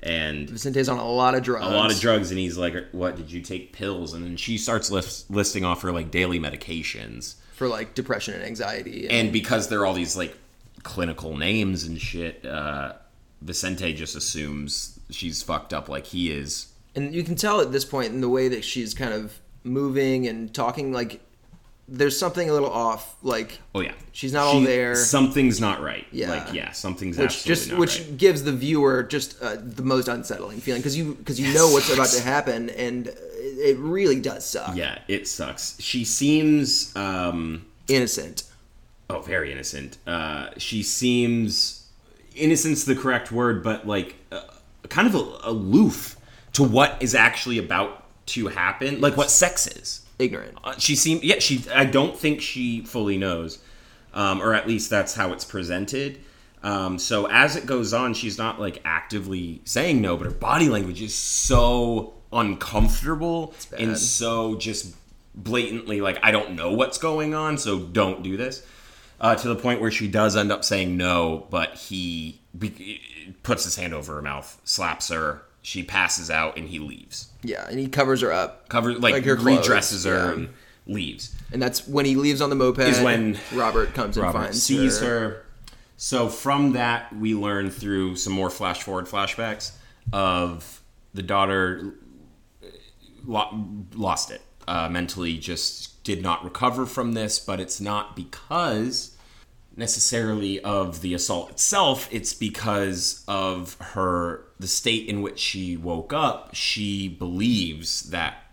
S2: And
S1: Vicente's on a lot of drugs.
S2: a lot of drugs and he's like what did you take pills and then she starts list- listing off her like daily medications
S1: for like depression and anxiety.
S2: and because there are all these like clinical names and shit uh vicente just assumes she's fucked up like he is
S1: and you can tell at this point in the way that she's kind of moving and talking like there's something a little off like
S2: oh yeah
S1: She's not all there.
S2: something's not right
S1: Yeah.
S2: like yeah something's
S1: which
S2: absolutely
S1: just
S2: not
S1: which
S2: right.
S1: gives the viewer just uh, the most unsettling feeling because you because you know what's about to happen and it- it really does suck
S2: yeah it sucks she seems um
S1: innocent
S2: oh very innocent uh she seems innocent's the correct word but like uh, kind of a, aloof to what is actually about to happen like what sex is
S1: ignorant
S2: uh, she seemed yeah she i don't think she fully knows um or at least that's how it's presented um so as it goes on she's not like actively saying no but her body language is so uncomfortable
S1: bad.
S2: and so just blatantly like i don't know what's going on so don't do this uh, to the point where she does end up saying no but he be- puts his hand over her mouth slaps her she passes out and he leaves
S1: yeah and he covers her up
S2: covers like,
S1: Like her clothes,
S2: redresses her
S1: yeah.
S2: and leaves
S1: and that's when he leaves on the moped
S2: Is when
S1: robert comes and finds
S2: sees her. So from that, we learn through some more flash forward flashbacks of the daughter uh, lo- lost it uh, mentally, just did not recover from this. But it's not because necessarily of the assault itself it's because of her the state in which she woke up she believes that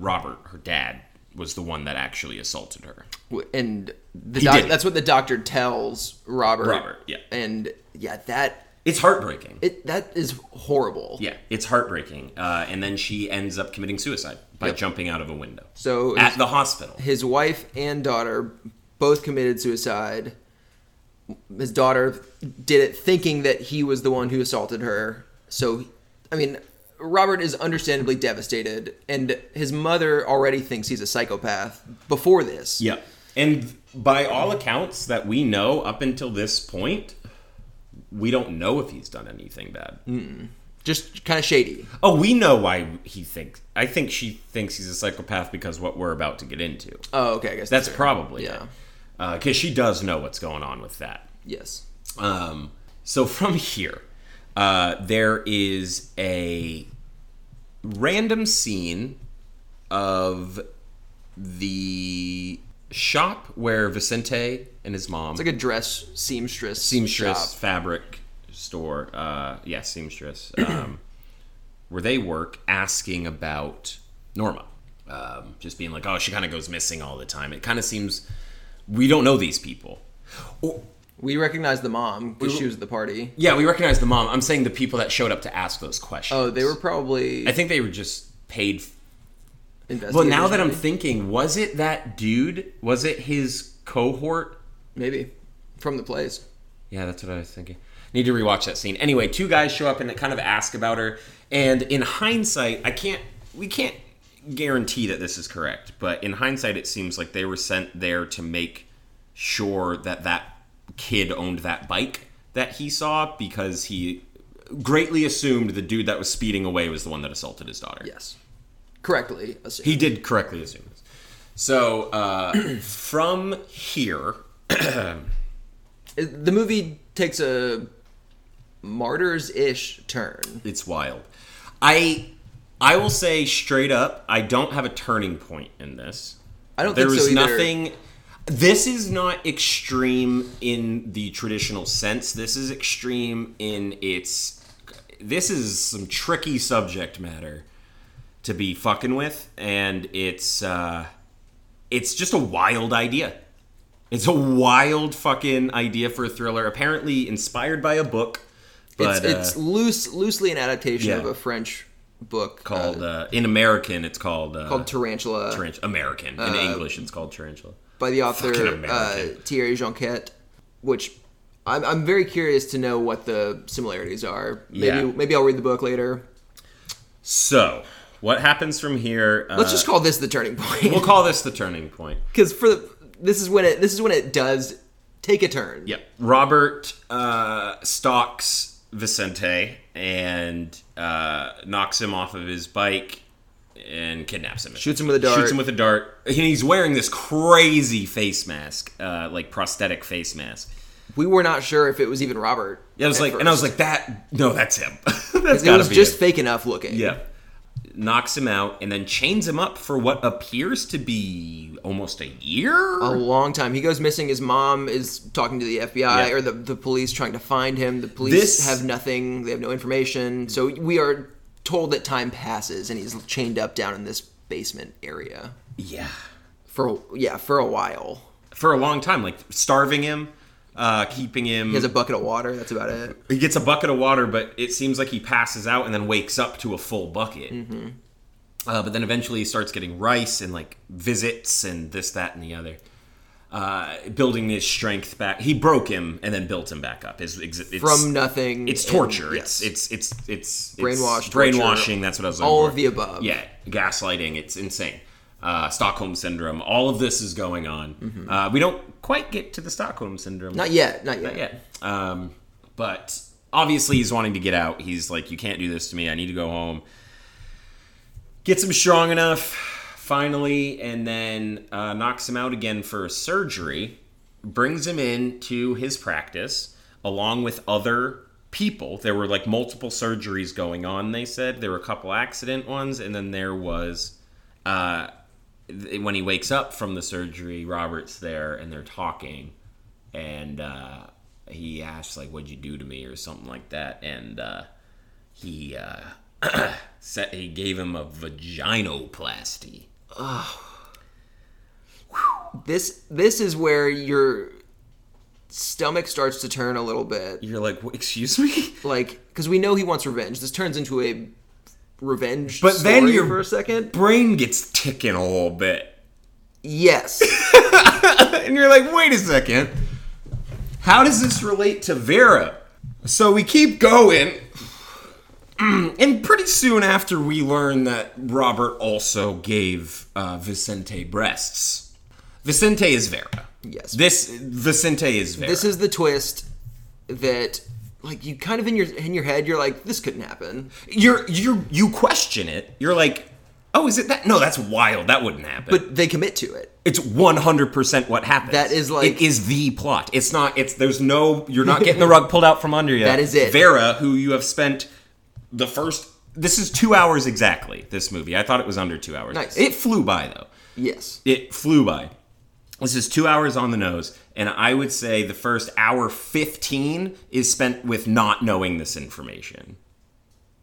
S2: robert her dad was the one that actually assaulted her
S1: W- and the
S2: He
S1: doc-
S2: did.
S1: that's what the doctor tells robert
S2: Robert, yeah.
S1: and yeah that
S2: it's heartbreaking
S1: it that is horrible
S2: Yeah, it's heartbreaking. Uh, and then she ends up committing suicide by jumping out of a window.
S1: so
S2: at the hospital.
S1: his wife and daughter both committed suicide. His daughter did it thinking that he was the one who assaulted her. So, I mean, Robert is understandably devastated, and his mother already thinks he's a psychopath before this.
S2: Yeah. And by all accounts that we know up until this point, we don't know if he's done anything bad.
S1: Just kind of shady.
S2: Oh, we know why he thinks. I think she thinks he's a psychopath because what we're about to get into.
S1: Oh, okay, I guess
S2: That's
S1: right.
S2: probably
S1: Yeah.
S2: Because she does know what's going on with that.
S1: Yes.
S2: Um, so from here, uh, there is a random scene of the shop where Vicente and his mom,
S1: Like a dress seamstress.
S2: seamstress
S1: shop.
S2: fabric store, uh, yeah, seamstress, um, [CLEARS THROAT] where they work, asking about Norma, um, just being like, oh, she kind of goes missing all the time. It kind of seems we don't know these people. Or,
S1: We recognize the mom because she was at the party.
S2: Yeah, we recognize the mom. I'm saying the people that showed up to ask those questions.
S1: Oh, they were probably
S2: I think they were just paid. f-
S1: investigators.
S2: Well, now that I'm
S1: maybe.
S2: thinking, was it that dude? Was it his cohort?
S1: maybe from the place.
S2: Yeah, that's what I was thinking. Need to rewatch that scene. Anyway, two guys show up and they kind of ask about her. And in hindsight, I can't. We can't guarantee that this is correct, but in hindsight, it seems like they were sent there to make sure that that kid owned that bike that he saw because he greatly assumed the dude that was speeding away was the one that assaulted his daughter.
S1: Yes. Correctly. assumed.
S2: He did correctly assume this. So uh, [CLEARS THROAT] from here,
S1: Uh, the movie takes a martyrs ish turn.
S2: it's wild. I I will say straight up, I don't have a turning point in this.
S1: I don't
S2: There
S1: think
S2: was
S1: so either.
S2: nothing. This is not extreme in the traditional sense. This is extreme in its. This is some tricky subject matter to be fucking with, and it's uh, it's just a wild idea. It's a wild fucking idea for a thriller. Apparently inspired by a book,
S1: It's,
S2: but
S1: it's
S2: uh,
S1: loose, loosely an adaptation
S2: yeah.
S1: of a French book
S2: called uh, in American it's called uh,
S1: called Uh, Tarantula
S2: tarantula. American in English it's called tarantula.
S1: by the author
S2: Fucking American.
S1: uh, Thierry Jonquette, which I'm, I'm very curious to know what the similarities are. Maybe
S2: Yeah.
S1: maybe I'll read the book later.
S2: So, what happens from here?
S1: Let's
S2: uh,
S1: just call this the turning
S2: we'll
S1: point
S2: call this the turning point.
S1: because for the, this is when it this is when it does take a turn.
S2: Yep. Robert uh, stalks Vicente and uh, knocks him off of his bike and kidnaps him.
S1: Shoots him with a dart.
S2: Shoots him with a dart. And he's wearing this crazy face mask, uh, like prosthetic face mask.
S1: We were not sure if it was even Robert.
S2: Yeah, I was
S1: at
S2: like, and I was
S1: first.
S2: like, that. No, that's him. [LAUGHS] that's
S1: it
S2: gotta
S1: was
S2: be
S1: just
S2: him.
S1: fake enough looking.
S2: yeah. Knocks him out and then chains him up for what appears to be almost a year.
S1: a long time. He goes missing. His mom is talking to the FBI
S2: Yeah.
S1: or the, the police trying to find him. The police
S2: This-
S1: have nothing. They have no information. So we are told that time passes and he's chained up down in this basement area
S2: yeah.
S1: for yeah for a while.
S2: for a long time, like starving him, uh, keeping him.
S1: He has a bucket of water. That's about it.
S2: he gets a bucket of water, but it seems like he passes out and then wakes up to a full bucket.
S1: Mm-hmm.
S2: Uh, but then eventually he starts getting rice and like visits and this, that, and the other. Uh, building his strength back. He broke him and then built him back up. His ex- it's,
S1: From nothing.
S2: it's
S1: and-
S2: torture.
S1: yes.
S2: It's it's it's it's
S1: Brainwash,
S2: it's
S1: torture,
S2: brainwashing. That's what I was. looking
S1: all
S2: for.
S1: of the above.
S2: Yeah, gaslighting. It's insane. Uh, Stockholm syndrome. All of this is going on. Uh, we don't quite get to the Stockholm syndrome
S1: Not yet. Not yet.
S2: yeah. Um, but obviously, he's wanting to get out. He's like, "You can't do this to me. I need to go home." Gets him strong enough, finally, and then uh, knocks him out again for a surgery. Brings him in to his practice along with other people. There were like multiple surgeries going on. They said there were a couple accident ones, and then there was. Uh, th- when he wakes up from the surgery, Robert's there and they're talking, and uh, he asks like, "What'd you do to me?" or something like that, and uh, he uh, [CLEARS THROAT] set, he gave him a vaginoplasty.
S1: This this is where your stomach starts to turn a little bit.
S2: You're like, "Wh- "Excuse me,"
S1: like because we know he wants revenge. This turns into a revenge.
S2: But then
S1: story
S2: you're-
S1: for a second.
S2: brain gets ticking a little bit,
S1: Yes, [LAUGHS]
S2: and you're like, "Wait a second, how does this relate to Vera?" So we keep going. [CLEARS THROAT] And pretty soon after, we learn that Robert also gave uh, Vicente breasts. Vicente is Vera.
S1: yes. This,
S2: This Vicente is Vera.
S1: is the twist that like you kind of in your in your head you're like this couldn't happen.
S2: you're you you question it. You're like, oh, is it that? No, that's wild. That wouldn't happen.
S1: But they commit to it.
S2: it's 100 percent what happens.
S1: That is like-
S2: it is the plot. It's not. It's there's no. You're not getting the rug pulled out from under you.
S1: That is it.
S2: Vera, who you have spent the first. This is two hours exactly. This movie. I thought it was under two hours.
S1: Nice.
S2: It flew by though.
S1: Yes,
S2: It flew by. This is two hours on the nose, and I would say the first hour 15 is spent with not knowing this information.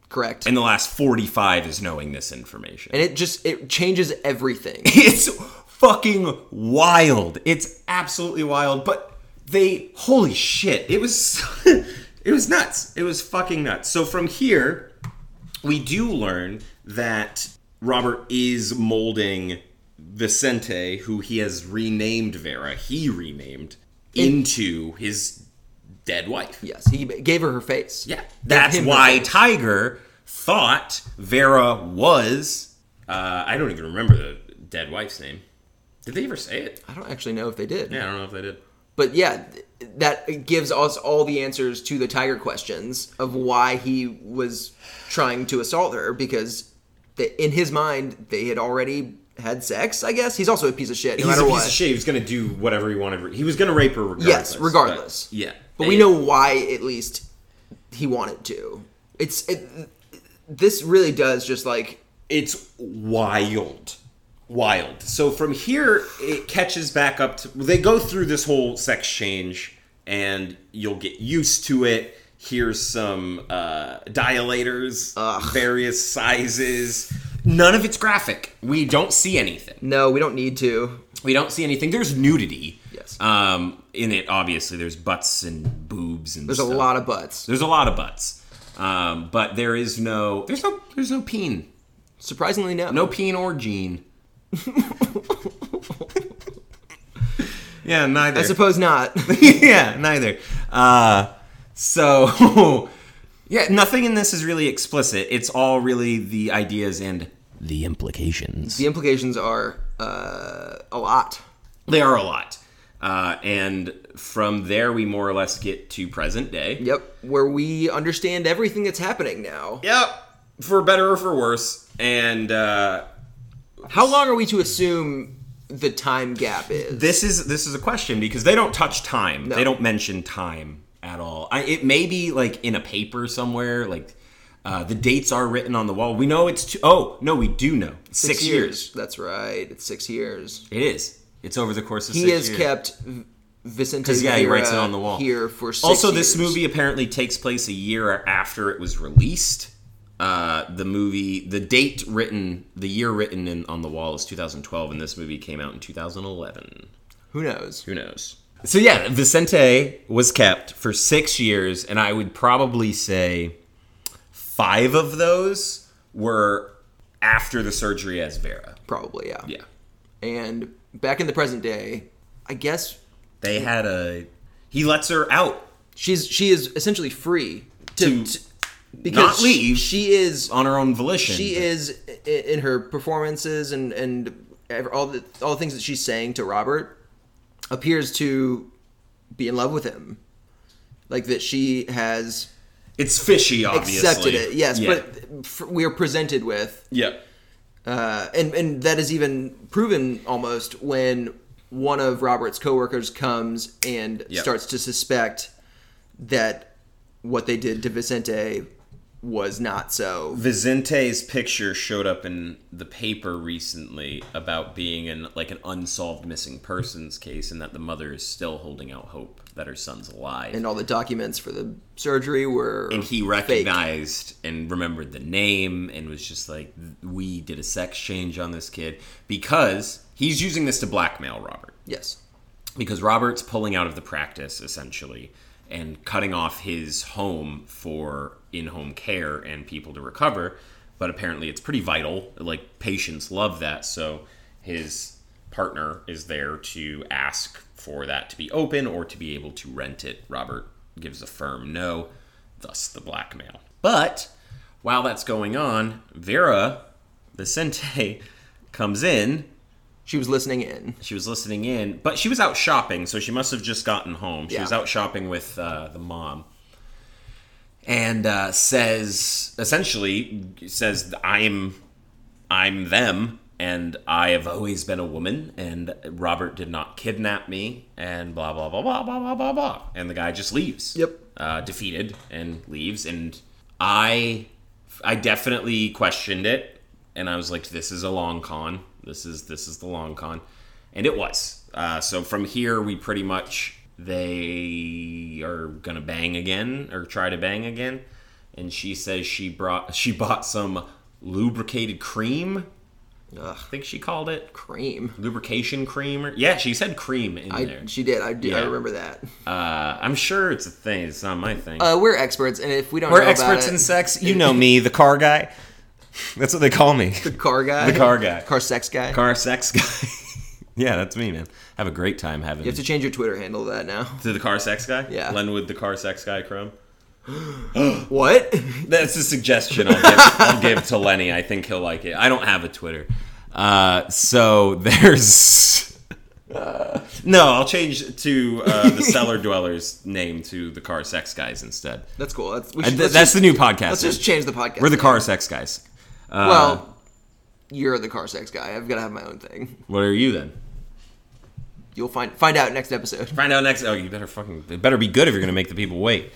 S1: correct.
S2: and
S1: And,
S2: the last 45 is knowing this information.
S1: it just it changes everything. [LAUGHS]
S2: [LAUGHS] It's fucking wild. It's absolutely wild, but they holy shit. It was [LAUGHS] it was nuts. It was fucking nuts. So from here, we do learn that Robert is molding Vicente, who he has renamed Vera, he renamed into his dead wife.
S1: yes, he gave her her face.
S2: Yeah,
S1: Gave
S2: that's
S1: him her
S2: why
S1: face.
S2: Tiger thought Vera was. Uh, I don't even remember the dead wife's name. Did they ever say it?
S1: I don't actually know if they did.
S2: Yeah, I don't know if they did.
S1: But yeah, th- that gives us all the answers to the tiger questions of why he was trying to assault her because the, in his mind they had already had sex. I guess he's also a piece of shit. No
S2: He's
S1: matter
S2: a piece
S1: what,
S2: of shit. He was gonna do whatever he wanted. He was gonna rape her regardless.
S1: Yes, regardless.
S2: But, yeah,
S1: but we know why at least he wanted to. It's it, this really does just like
S2: it's wild wild so from here it catches back up to they go through this whole sex change and you'll get used to it here's some uh, dilators various sizes none of it's graphic we don't see anything
S1: no, we don't need to.
S2: we don't see anything there's nudity
S1: Yes.
S2: um, in it obviously there's butts and boobs and
S1: There's a lot of butts.
S2: there's a lot of butts um, but there is no there's no there's no peen
S1: Surprisingly, no.
S2: no peen or gene. yeah, neither.
S1: I suppose not. [LAUGHS]
S2: [LAUGHS] yeah, neither. Uh, so, [LAUGHS] yeah, nothing in this is really explicit. It's all really the ideas and the implications.
S1: The implications are uh, a lot.
S2: They are a lot. Uh, and from there, we more or less get to present day.
S1: Yep, where we understand everything that's happening now.
S2: Yep. For better or for worse. And uh,
S1: How long are we to assume the time gap is?
S2: this is this is a question because they don't touch time. They don't mention time at all. I, it may be like in a paper somewhere. Like uh, the dates are written on the wall. We know it's two oh no, we do know six, years.
S1: That's right. It's six years.
S2: It is. It's over the course of
S1: He
S2: six
S1: has
S2: years.
S1: kept V- Vicente
S2: 'Cause, yeah, he
S1: Guerra
S2: writes it on the wall.
S1: here for six
S2: also, this
S1: years.
S2: movie apparently takes place a year after it was released. Uh, the movie, the date written, the year written in, on the wall is 2012, and this movie came out in 2011.
S1: Who knows?
S2: Who knows? So yeah, Vicente was kept for six years, and I would probably say five of those were after the surgery as Vera.
S1: Probably, yeah.
S2: Yeah,
S1: And back in the present day, I guess
S2: they had a. He lets her out
S1: she's she is essentially free to,
S2: To
S1: to- because
S2: not leave.
S1: She is
S2: on her own volition.
S1: she is i- in her performances and and ev- all the all the things that she's saying to Robert appears to be in love with him, like that she has
S2: It's fishy, obviously.
S1: accepted it. Yes,
S2: Yeah.
S1: but f- we are presented with,
S2: yeah.
S1: uh, and and that is even proven almost when one of Robert's coworkers comes and
S2: Yep.
S1: starts to suspect that what they did to Vicente was not so.
S2: Vicente's picture showed up in the paper recently about being in like an unsolved missing persons case, and that the mother is still holding out hope that her son's alive.
S1: And all the documents for the surgery were
S2: and he recognized and remembered the name and was just like we did a sex change on this kid because he's using this to blackmail robert
S1: yes.
S2: because robert's pulling out of the practice essentially and cutting off his home for in-home care and people to recover but apparently it's pretty vital like patients love that so his partner is there to ask for that to be open or to be able to rent it robert gives a firm no thus the blackmail. But while that's going on, Vera Vicente [LAUGHS] comes in.
S1: She was listening in.
S2: She was listening in, but she was out shopping, so she must have just gotten home. She
S1: Yeah.
S2: was out shopping with uh, the mom. And uh, says essentially says I'm I'm them and I have always been a woman and Robert did not kidnap me and blah blah blah blah blah blah blah blah and the guy just leaves
S1: Yep.
S2: uh, defeated and leaves. And I, I definitely questioned it, and I was like, "This is a long con. This is this is the long con," and it was. Uh, so from here, we pretty much they are gonna bang again or try to bang again. And she says she brought [LAUGHS] she bought some lubricated cream.
S1: Ugh.
S2: I think she called it
S1: Cream.
S2: lubrication cream. Or, yeah, she said cream in there.
S1: I, she did. I do. I
S2: Yeah.
S1: remember that.
S2: Uh, I'm sure it's a thing. It's not my thing.
S1: Uh, we're experts, and if we don't,
S2: We're
S1: know
S2: experts
S1: about
S2: in
S1: it,
S2: sex. You know me, the car guy. That's what they call me.
S1: the car guy,
S2: The car guy.
S1: car sex guy.
S2: [LAUGHS] Car sex guy. [LAUGHS] yeah, that's me, man. Have a great time having
S1: you have to change your Twitter handle to that
S2: [LAUGHS]
S1: now.
S2: to the car sex guy.
S1: Yeah.
S2: Lenwood, the car sex guy, Chrome.
S1: What? [LAUGHS]
S2: That's a suggestion I'll give, I'll give to Lenny. I think he'll like it. I don't have a Twitter, uh, so [LAUGHS] there's. no, I'll change to uh, [LAUGHS] the cellar dwellers' name to the car sex guys instead.
S1: That's cool. That's, we should,
S2: And th-
S1: let's
S2: that's
S1: just,
S2: the new podcast.
S1: let's just change the podcast.
S2: We're the car sex guys. Uh,
S1: Well, you're the car sex guy. I've got to have my own thing.
S2: what are you then?
S1: You'll find find out next episode. [LAUGHS]
S2: Find out next. Oh, you better fucking. It better be good if you're gonna make the people wait.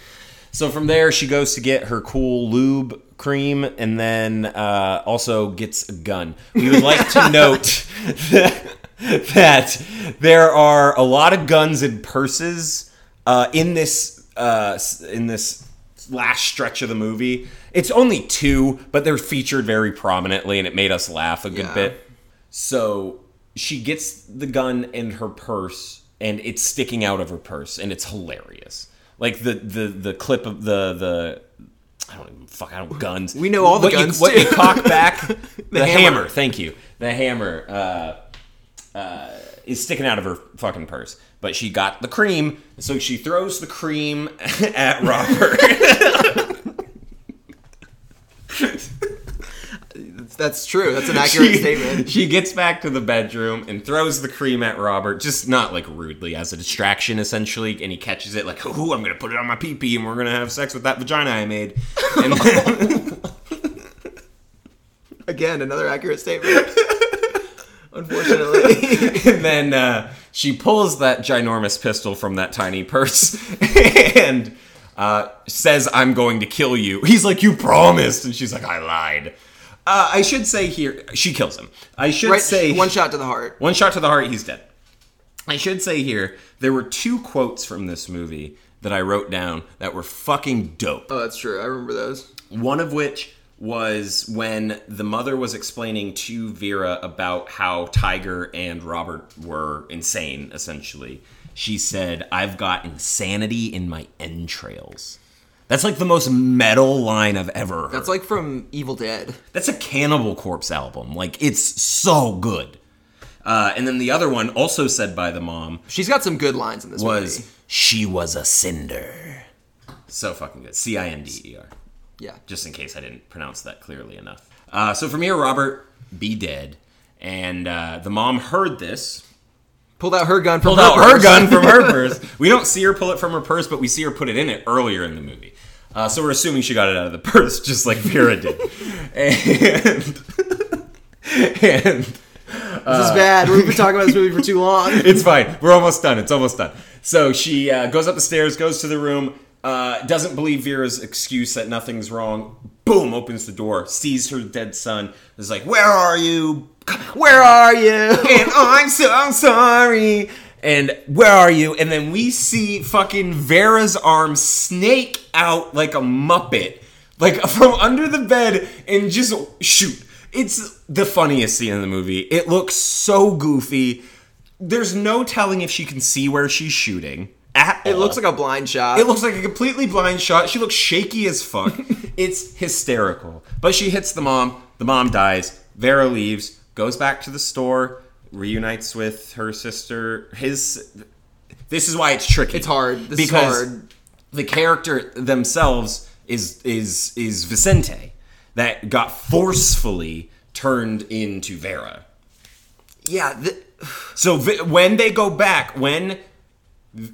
S2: So from there, she goes to get her cool lube cream, and then uh, also gets a gun. We would like to note [LAUGHS] that, that there are a lot of guns and purses uh, in this uh, s- in this last stretch of the movie. It's only two, but they're featured very prominently, and it made us laugh a good
S1: Yeah.
S2: bit. So she gets the gun in her purse, and it's sticking out of her purse, and it's hilarious. Like the the the clip of the the. I don't even fuck. I don't guns.
S1: We know all the
S2: what you-
S1: guns,
S2: what you
S1: too. [LAUGHS]
S2: cock back, the, hammer.
S1: hammer.
S2: Thank you. The hammer. Uh, uh, is sticking out of her fucking purse. But she got the cream, so she throws the cream [LAUGHS] at Robert.
S1: That's true. That's an accurate statement.
S2: [LAUGHS] She gets back to the bedroom and throws the cream at Robert, just not like rudely, as a distraction essentially. And he catches it like, "Ooh, I'm gonna put it on my pee pee, and we're gonna have sex with that vagina I made." And
S1: [LAUGHS] Again, another accurate
S2: [LAUGHS]
S1: statement. Unfortunately.
S2: [LAUGHS] And then uh, she pulls that ginormous pistol from that tiny purse [LAUGHS] and uh, says, I'm going to kill you. He's like, You promised. And she's like, I lied. Uh, I should say here, she kills him. I should
S1: right,
S2: say,
S1: one shot to the heart.
S2: one shot to the heart, he's dead. I should say here, there were two quotes from this movie that I wrote down that were fucking dope.
S1: Oh, that's true. I remember those.
S2: One of which was when the mother was explaining to Vera about how Tiger and Robert were insane, essentially. She said, I've got insanity in my entrails. That's like the most metal line I've ever heard.
S1: That's like from Evil Dead.
S2: That's a Cannibal Corpse album. Like, it's so good. Uh, and then the other one, also said by the mom,
S1: She's got some good lines in this
S2: was
S1: movie.
S2: She was a cinder. So fucking good. C I N D E R
S1: Yeah.
S2: just in case I didn't pronounce that clearly enough. Uh, so from here, Robert be dead, and uh, the mom heard this,
S1: Pulled out her gun.
S2: pulled out her gun [LAUGHS] from her purse. We don't see her pull it from her purse, but we see her put it in it earlier in the movie. Uh, so we're assuming she got it out of the [LAUGHS] purse, just like Vera did. [LAUGHS] and [LAUGHS] and
S1: This is bad. We've been talking about this movie for too
S2: [LAUGHS]
S1: long.
S2: it's fine. We're almost done. It's almost done. So she uh, goes up the stairs, goes to the room, uh, doesn't believe Vera's excuse that nothing's wrong. Boom! Opens the door, sees her dead son. Is like, "Where are you? Come out.
S1: Where are you?
S2: and "Oh, I'm so I'm sorry. And where are you? And then we see fucking Vera's arm snake out like a muppet, like [LAUGHS] from under the bed, and just shoot. It's the funniest scene in the movie. It looks so goofy. There's no telling if she can see where she's shooting. At
S1: It looks like a blind shot.
S2: it looks like a completely blind shot. She looks shaky
S1: [LAUGHS]
S2: as fuck. it's hysterical. But she hits the mom. The mom dies. Vera leaves, goes back to the store, reunites with her sister. His. This is why it's tricky.
S1: It's hard. This is hard.
S2: the character themselves is is is Vicente that got forcefully turned into Vera.
S1: yeah. Th-
S2: So Vi- when they go back, when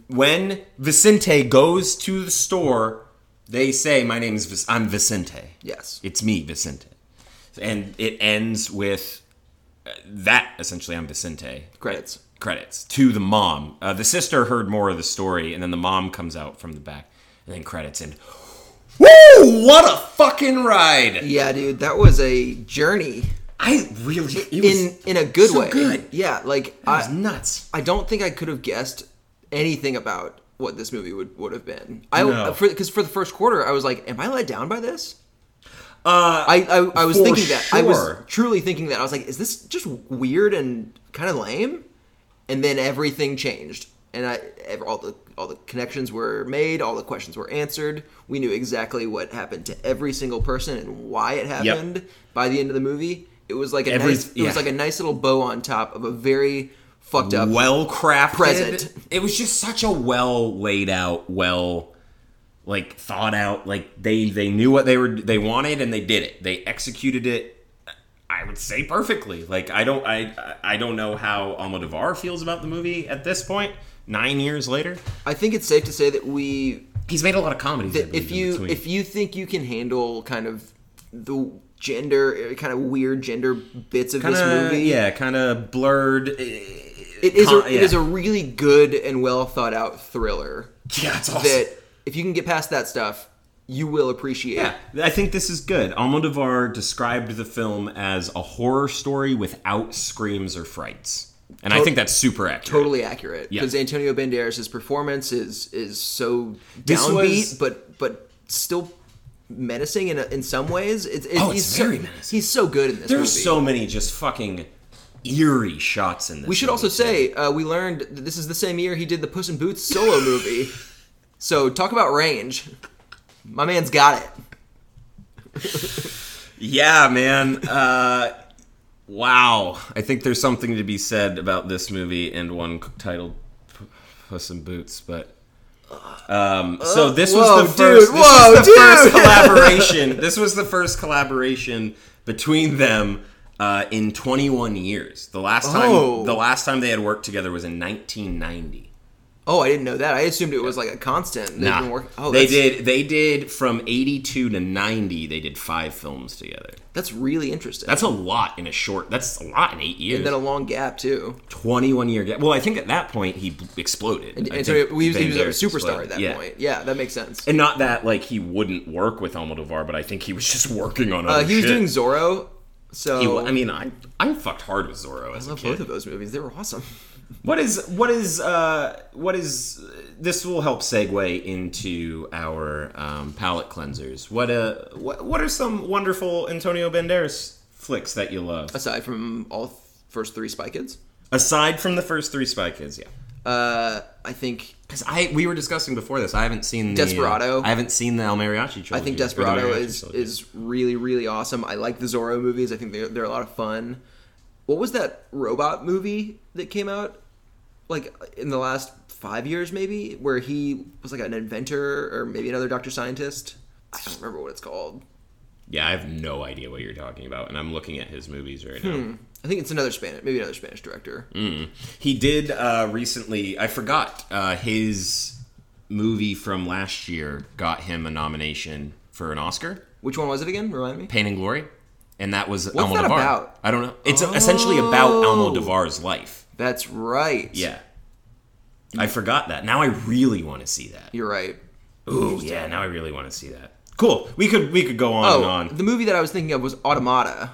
S2: when Vicente goes to the store, they say, "My name's Vic- I'm Vicente.
S1: Yes.
S2: it's me, Vicente." And it ends with uh, that essentially. I'm Vicente.
S1: Credits.
S2: Credits to the mom. Uh, the sister heard more of the story, and then the mom comes out from the back, and then credits and. Woo! What a fucking ride!
S1: Yeah, dude. That was a journey
S2: I really it was,
S1: in in a good
S2: so
S1: way.
S2: good.
S1: Yeah. Like
S2: it was
S1: I,
S2: nuts.
S1: I don't think I could have guessed anything about what this movie would would have been. I
S2: No.
S1: because for, 'cause for the first quarter, I was like, "Am I let down by this?" Uh, I, I I was
S2: for
S1: thinking that I was
S2: sure.
S1: truly thinking that I was like, "Is this just weird and kind of lame?" And then everything changed, and I ev- all the all the connections were made, all the questions were answered. We knew exactly what happened to every single person and why it happened by the end of the movie. It was like a
S2: Every-
S1: nice, it
S2: yeah.
S1: was like a nice little bow on top of a very fucked up
S2: well crafted
S1: Present.
S2: It was just such a well laid out, well like thought out. Like they they knew what they were they wanted and they did it. They executed it. I would say perfectly. Like I don't I I don't know how Almodovar feels about the movie at this point. Nine years later,
S1: I think it's safe to say that we,
S2: he's made a lot of comedies. I believe,
S1: if
S2: in
S1: you
S2: between.
S1: if you think you can handle kind of the gender, kind of weird gender bits of this
S2: Kinda-
S1: movie,
S2: yeah, kind of blurred. eh,
S1: it is a,
S2: Con-
S1: it is
S2: yeah. [LAUGHS]
S1: a really good and well thought out thriller
S2: Yeah, it's awesome.
S1: that if you can get past that stuff, you will appreciate.
S2: Yeah, I think this is good. Almodovar described the film as a horror story without screams or frights, and I think that's super accurate.
S1: Totally accurate
S2: Yeah.
S1: because Antonio Banderas' performance is is so
S2: This
S1: downbeat,
S2: was- but
S1: but but still menacing in, a, in some ways. It's, it's,
S2: Oh, it's
S1: he's
S2: very
S1: so,
S2: menacing.
S1: He's so good in this.
S2: there's
S1: movie.
S2: so many just fucking eerie shots in this.
S1: We should also say uh, we learned that this is the same year he did the Puss in Boots
S2: [LAUGHS]
S1: solo movie. So talk about range. My man's got it.
S2: yeah, man. Uh, Wow, I think there's something to be said about this movie and one titled P- "Puss in Boots," but um, so this
S1: Uh, whoa,
S2: was the first.
S1: dude,
S2: this
S1: whoa,
S2: was the first
S1: dude. [LAUGHS]
S2: collaboration. this was the first collaboration between them uh, in 21 years. The last time,
S1: Oh.
S2: the last time they had worked together was in 1990.
S1: Oh, I didn't know that. I assumed it was like a constant. They've
S2: Nah.
S1: been working. Oh,
S2: they
S1: that's,
S2: did. They did from 82 to 90. They did five films together.
S1: That's really interesting.
S2: That's a lot in a short. That's a lot in eight years.
S1: and then a long gap too.
S2: 21 year gap. Well, I think at that point he b- exploded.
S1: And,
S2: I
S1: and so
S2: think
S1: he was, he
S2: Van
S1: was a
S2: Vares
S1: superstar
S2: exploded.
S1: at that
S2: Yeah.
S1: point. Yeah, that makes sense.
S2: And not that like he wouldn't work with Almodovar, but I think he was just working on
S1: Uh,
S2: other
S1: he was
S2: shit.
S1: doing Zorro, so
S2: He wa- I mean, I I fucked hard with Zorro as
S1: I
S2: a
S1: love
S2: kid.
S1: both of those movies. They were awesome. [LAUGHS]
S2: What is what is uh what is this will help segue into our um, palate cleansers. What uh what, what are some wonderful Antonio Banderas flicks that you love
S1: Aside from all th- first three Spy Kids,
S2: aside from the first three Spy Kids? Yeah.
S1: uh, I think
S2: Because I we were discussing before this, I haven't seen the,
S1: Desperado.
S2: I haven't seen the El Mariachi trilogy.
S1: I think
S2: or the
S1: Desperado
S2: Mariachi
S1: is
S2: trilogy.
S1: is really really awesome. I like the Zorro movies. I think they're they're a lot of fun. What was that robot movie that came out like in the last five years maybe where he was like an inventor or maybe another doctor scientist? I don't remember what it's called.
S2: yeah. I have no idea what you're talking about, and I'm looking at his movies right now.
S1: I think it's another Spanish, maybe another Spanish director.
S2: Mm. He did uh, recently. I forgot uh, his movie from last year got him a nomination for an Oscar,
S1: Which one was it again? Remind me.
S2: Pain and Glory, and that was
S1: What's that
S2: Almodovar.
S1: about?
S2: I don't know. It's essentially about
S1: Oh.
S2: Almodovar's life.
S1: That's right.
S2: Yeah. I forgot that. Now I really want to see that.
S1: you're right.
S2: Ooh, yeah. Now I really want to see that. Cool. We could we could go on and
S1: Oh,
S2: on.
S1: the movie that I was thinking of was Automata.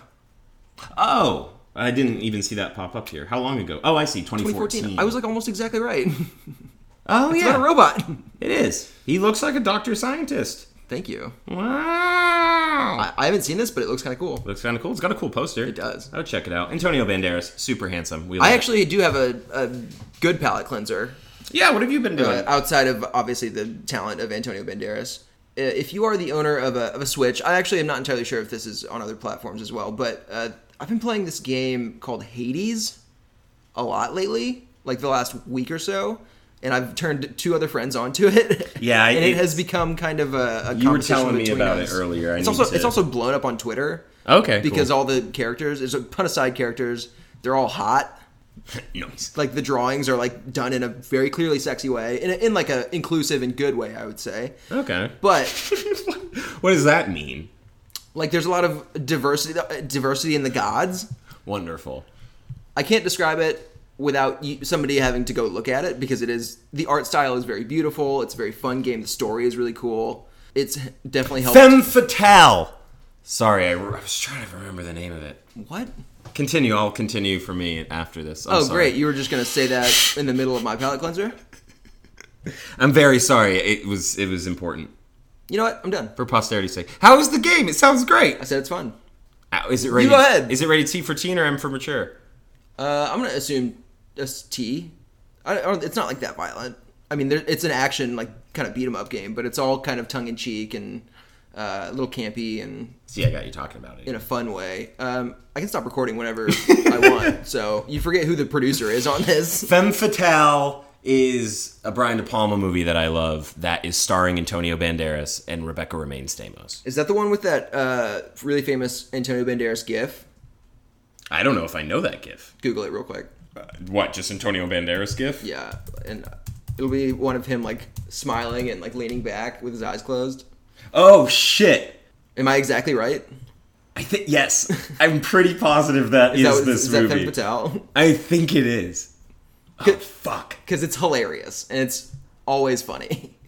S2: Oh, I didn't even see that pop up here. How long ago? Oh, I see. 2014.
S1: 2014. I was like almost exactly
S2: [LAUGHS]
S1: right. It's
S2: oh yeah,
S1: about a robot. [LAUGHS]
S2: it is. He looks like a doctor scientist.
S1: Thank you.
S2: Wow.
S1: I, I haven't seen this, but it looks kind of cool.
S2: looks kind of cool. It's got a cool poster. It
S1: does.
S2: I would check it out. Antonio Banderas, super handsome. We love
S1: I
S2: it.
S1: actually do have a, a good palate cleanser
S2: Yeah. What have you been doing?
S1: uh, outside of obviously the talent of Antonio Banderas. Uh, If you are the owner of a, of a Switch, I actually am not entirely sure if this is on other platforms as well, but uh, I've been playing this game called Hades a lot lately, like the last week or so, and I've turned two other friends onto [LAUGHS] it.
S2: Yeah, I-
S1: and it
S2: it's-
S1: has become kind of a, a
S2: You were
S1: competition
S2: telling me
S1: between
S2: about
S1: us.
S2: it earlier. I
S1: it's
S2: need
S1: also
S2: to-
S1: it's also blown up on Twitter.
S2: Okay, [LAUGHS]
S1: because
S2: cool.
S1: all the characters, there's a ton of side characters. They're all hot
S2: nice.
S1: like the drawings are like done in a very clearly sexy way in, a, in like a inclusive and good way i would say
S2: Okay.
S1: but
S2: What does that mean?
S1: like there's a lot of diversity uh, diversity in the gods
S2: Wonderful.
S1: i can't describe it without you, somebody having to go look at it because it is the art style is very beautiful it's a very fun game the story is really cool it's definitely helped
S2: Femme fatale. Sorry, I, re- I was trying to remember the name of it.
S1: what
S2: Continue. I'll continue for me after this. I'm
S1: oh
S2: sorry.
S1: great you were just gonna say that in the middle of my palate cleanser
S2: I'm very sorry. It was it was important
S1: you know what i'm done
S2: for posterity's sake. How is the game? It sounds great.
S1: i said it's fun
S2: Ow, Is it rated?
S1: go ahead.
S2: Is it rated T for teen or M for mature?
S1: Uh, I'm gonna assume just T. E. I, I don't, it's not like that violent. I mean, there, it's an action like kind of beat 'em up game, but it's all kind of tongue in cheek and uh, a little campy and
S2: See, I got you talking about it.
S1: in a fun way. Um, I can stop recording whenever
S2: [LAUGHS]
S1: I want. So you forget who the producer is on this.
S2: Femme Fatale is a Brian De Palma movie that I love that is starring Antonio Banderas and Rebecca Remains Stamos.
S1: Is that the one with that uh, really famous Antonio Banderas GIF?
S2: I don't know if I know that gif.
S1: Google it real quick.
S2: Uh, what, just Antonio Banderas gif?
S1: Yeah, and it'll be one of him like smiling and like leaning back with his eyes closed.
S2: Oh shit.
S1: Am I exactly right?
S2: I think yes. [LAUGHS] I'm pretty positive that is,
S1: that,
S2: this
S1: is that Femme
S2: movie.
S1: Fatale? [LAUGHS]
S2: I think it is. Oh, fuck.
S1: because it's hilarious and it's always funny. [LAUGHS]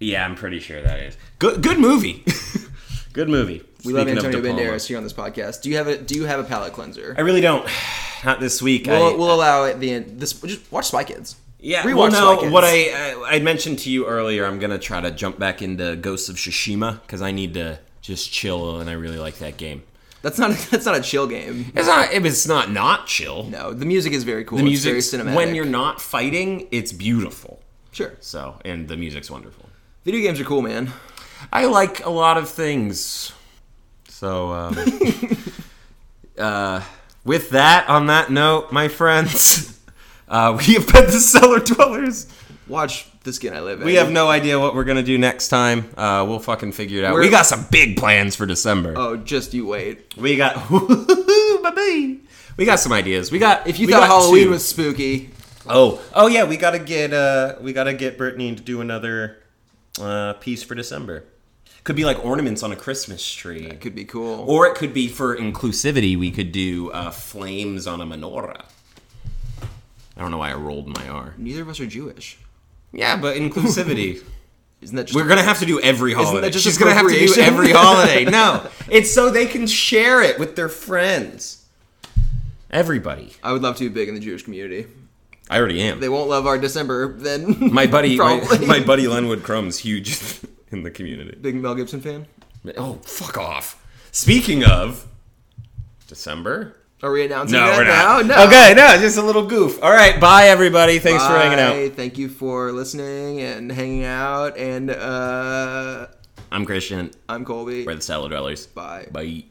S2: Yeah, I'm pretty sure that is. Good good movie. [LAUGHS] good movie.
S1: We love
S2: Speaking of
S1: Antonio
S2: De Palma.
S1: Banderas here on this podcast. Do you have a Do you have a palate cleanser?
S2: I really don't. [SIGHS] Not this week. I-
S1: We'll, we'll allow it. The end. This just watch Spy Kids.
S2: Yeah,
S1: rewatch
S2: well,
S1: Spy
S2: no,
S1: Kids.
S2: what I, I I mentioned to you earlier, I'm gonna try to jump back into Ghosts of Tsushima because I need to just chill, and I really like that game.
S1: that's not a, [LAUGHS] that's not a chill game.
S2: It's not, it's not not chill.
S1: No, the music is very cool.
S2: the music
S1: it's very cinematic.
S2: when you're not fighting, it's beautiful.
S1: sure,
S2: So, and the music's wonderful.
S1: video games are cool, man.
S2: I like a [LAUGHS] lot of things. So, um, uh, With that, on that note, my friends, [LAUGHS] uh, we have been the cellar dwellers.
S1: Watch the skin I live in.
S2: We have no idea what we're gonna do next time. Uh, we'll fucking figure it out.
S1: We're-
S2: we got some big plans for December.
S1: Oh, just you wait.
S2: We got [LAUGHS] baby. We got some ideas. We got
S1: If you
S2: we
S1: thought
S2: got
S1: Halloween
S2: two.
S1: was spooky,
S2: oh oh yeah, we gotta get uh we gotta get Brittany to do another uh piece for December. Could be like ornaments on a Christmas tree,
S1: it could be cool.
S2: or it could be for inclusivity. We could do uh, flames on a menorah. I don't know why I rolled my R.
S1: Neither of us are Jewish.
S2: Yeah,
S1: [LAUGHS]
S2: but inclusivity.
S1: Isn't that just
S2: We're gonna have to do every holiday.
S1: that just
S2: She's gonna have to do
S1: appropriation? [LAUGHS]
S2: every holiday. No, it's so they can share it with their friends. Everybody.
S1: I would love to be big in the Jewish community.
S2: I already am.
S1: They won't love our December then.
S2: my buddy, my,
S1: Probably.
S2: my buddy Lenwood Crumb's huge [LAUGHS] in the community.
S1: [LAUGHS] big Mel Gibson fan.
S2: Oh, fuck off. Speaking of December.
S1: Are we announcing
S2: No,
S1: that
S2: we're
S1: now?
S2: not.
S1: No.
S2: Okay, no, just a little goof. All right, bye everybody. Thanks for hanging out.
S1: Bye. Thank you for listening and hanging out. And uh,
S2: I'm Christian.
S1: I'm Colby.
S2: We're the Salad Dwellers.
S1: Bye.
S2: Bye.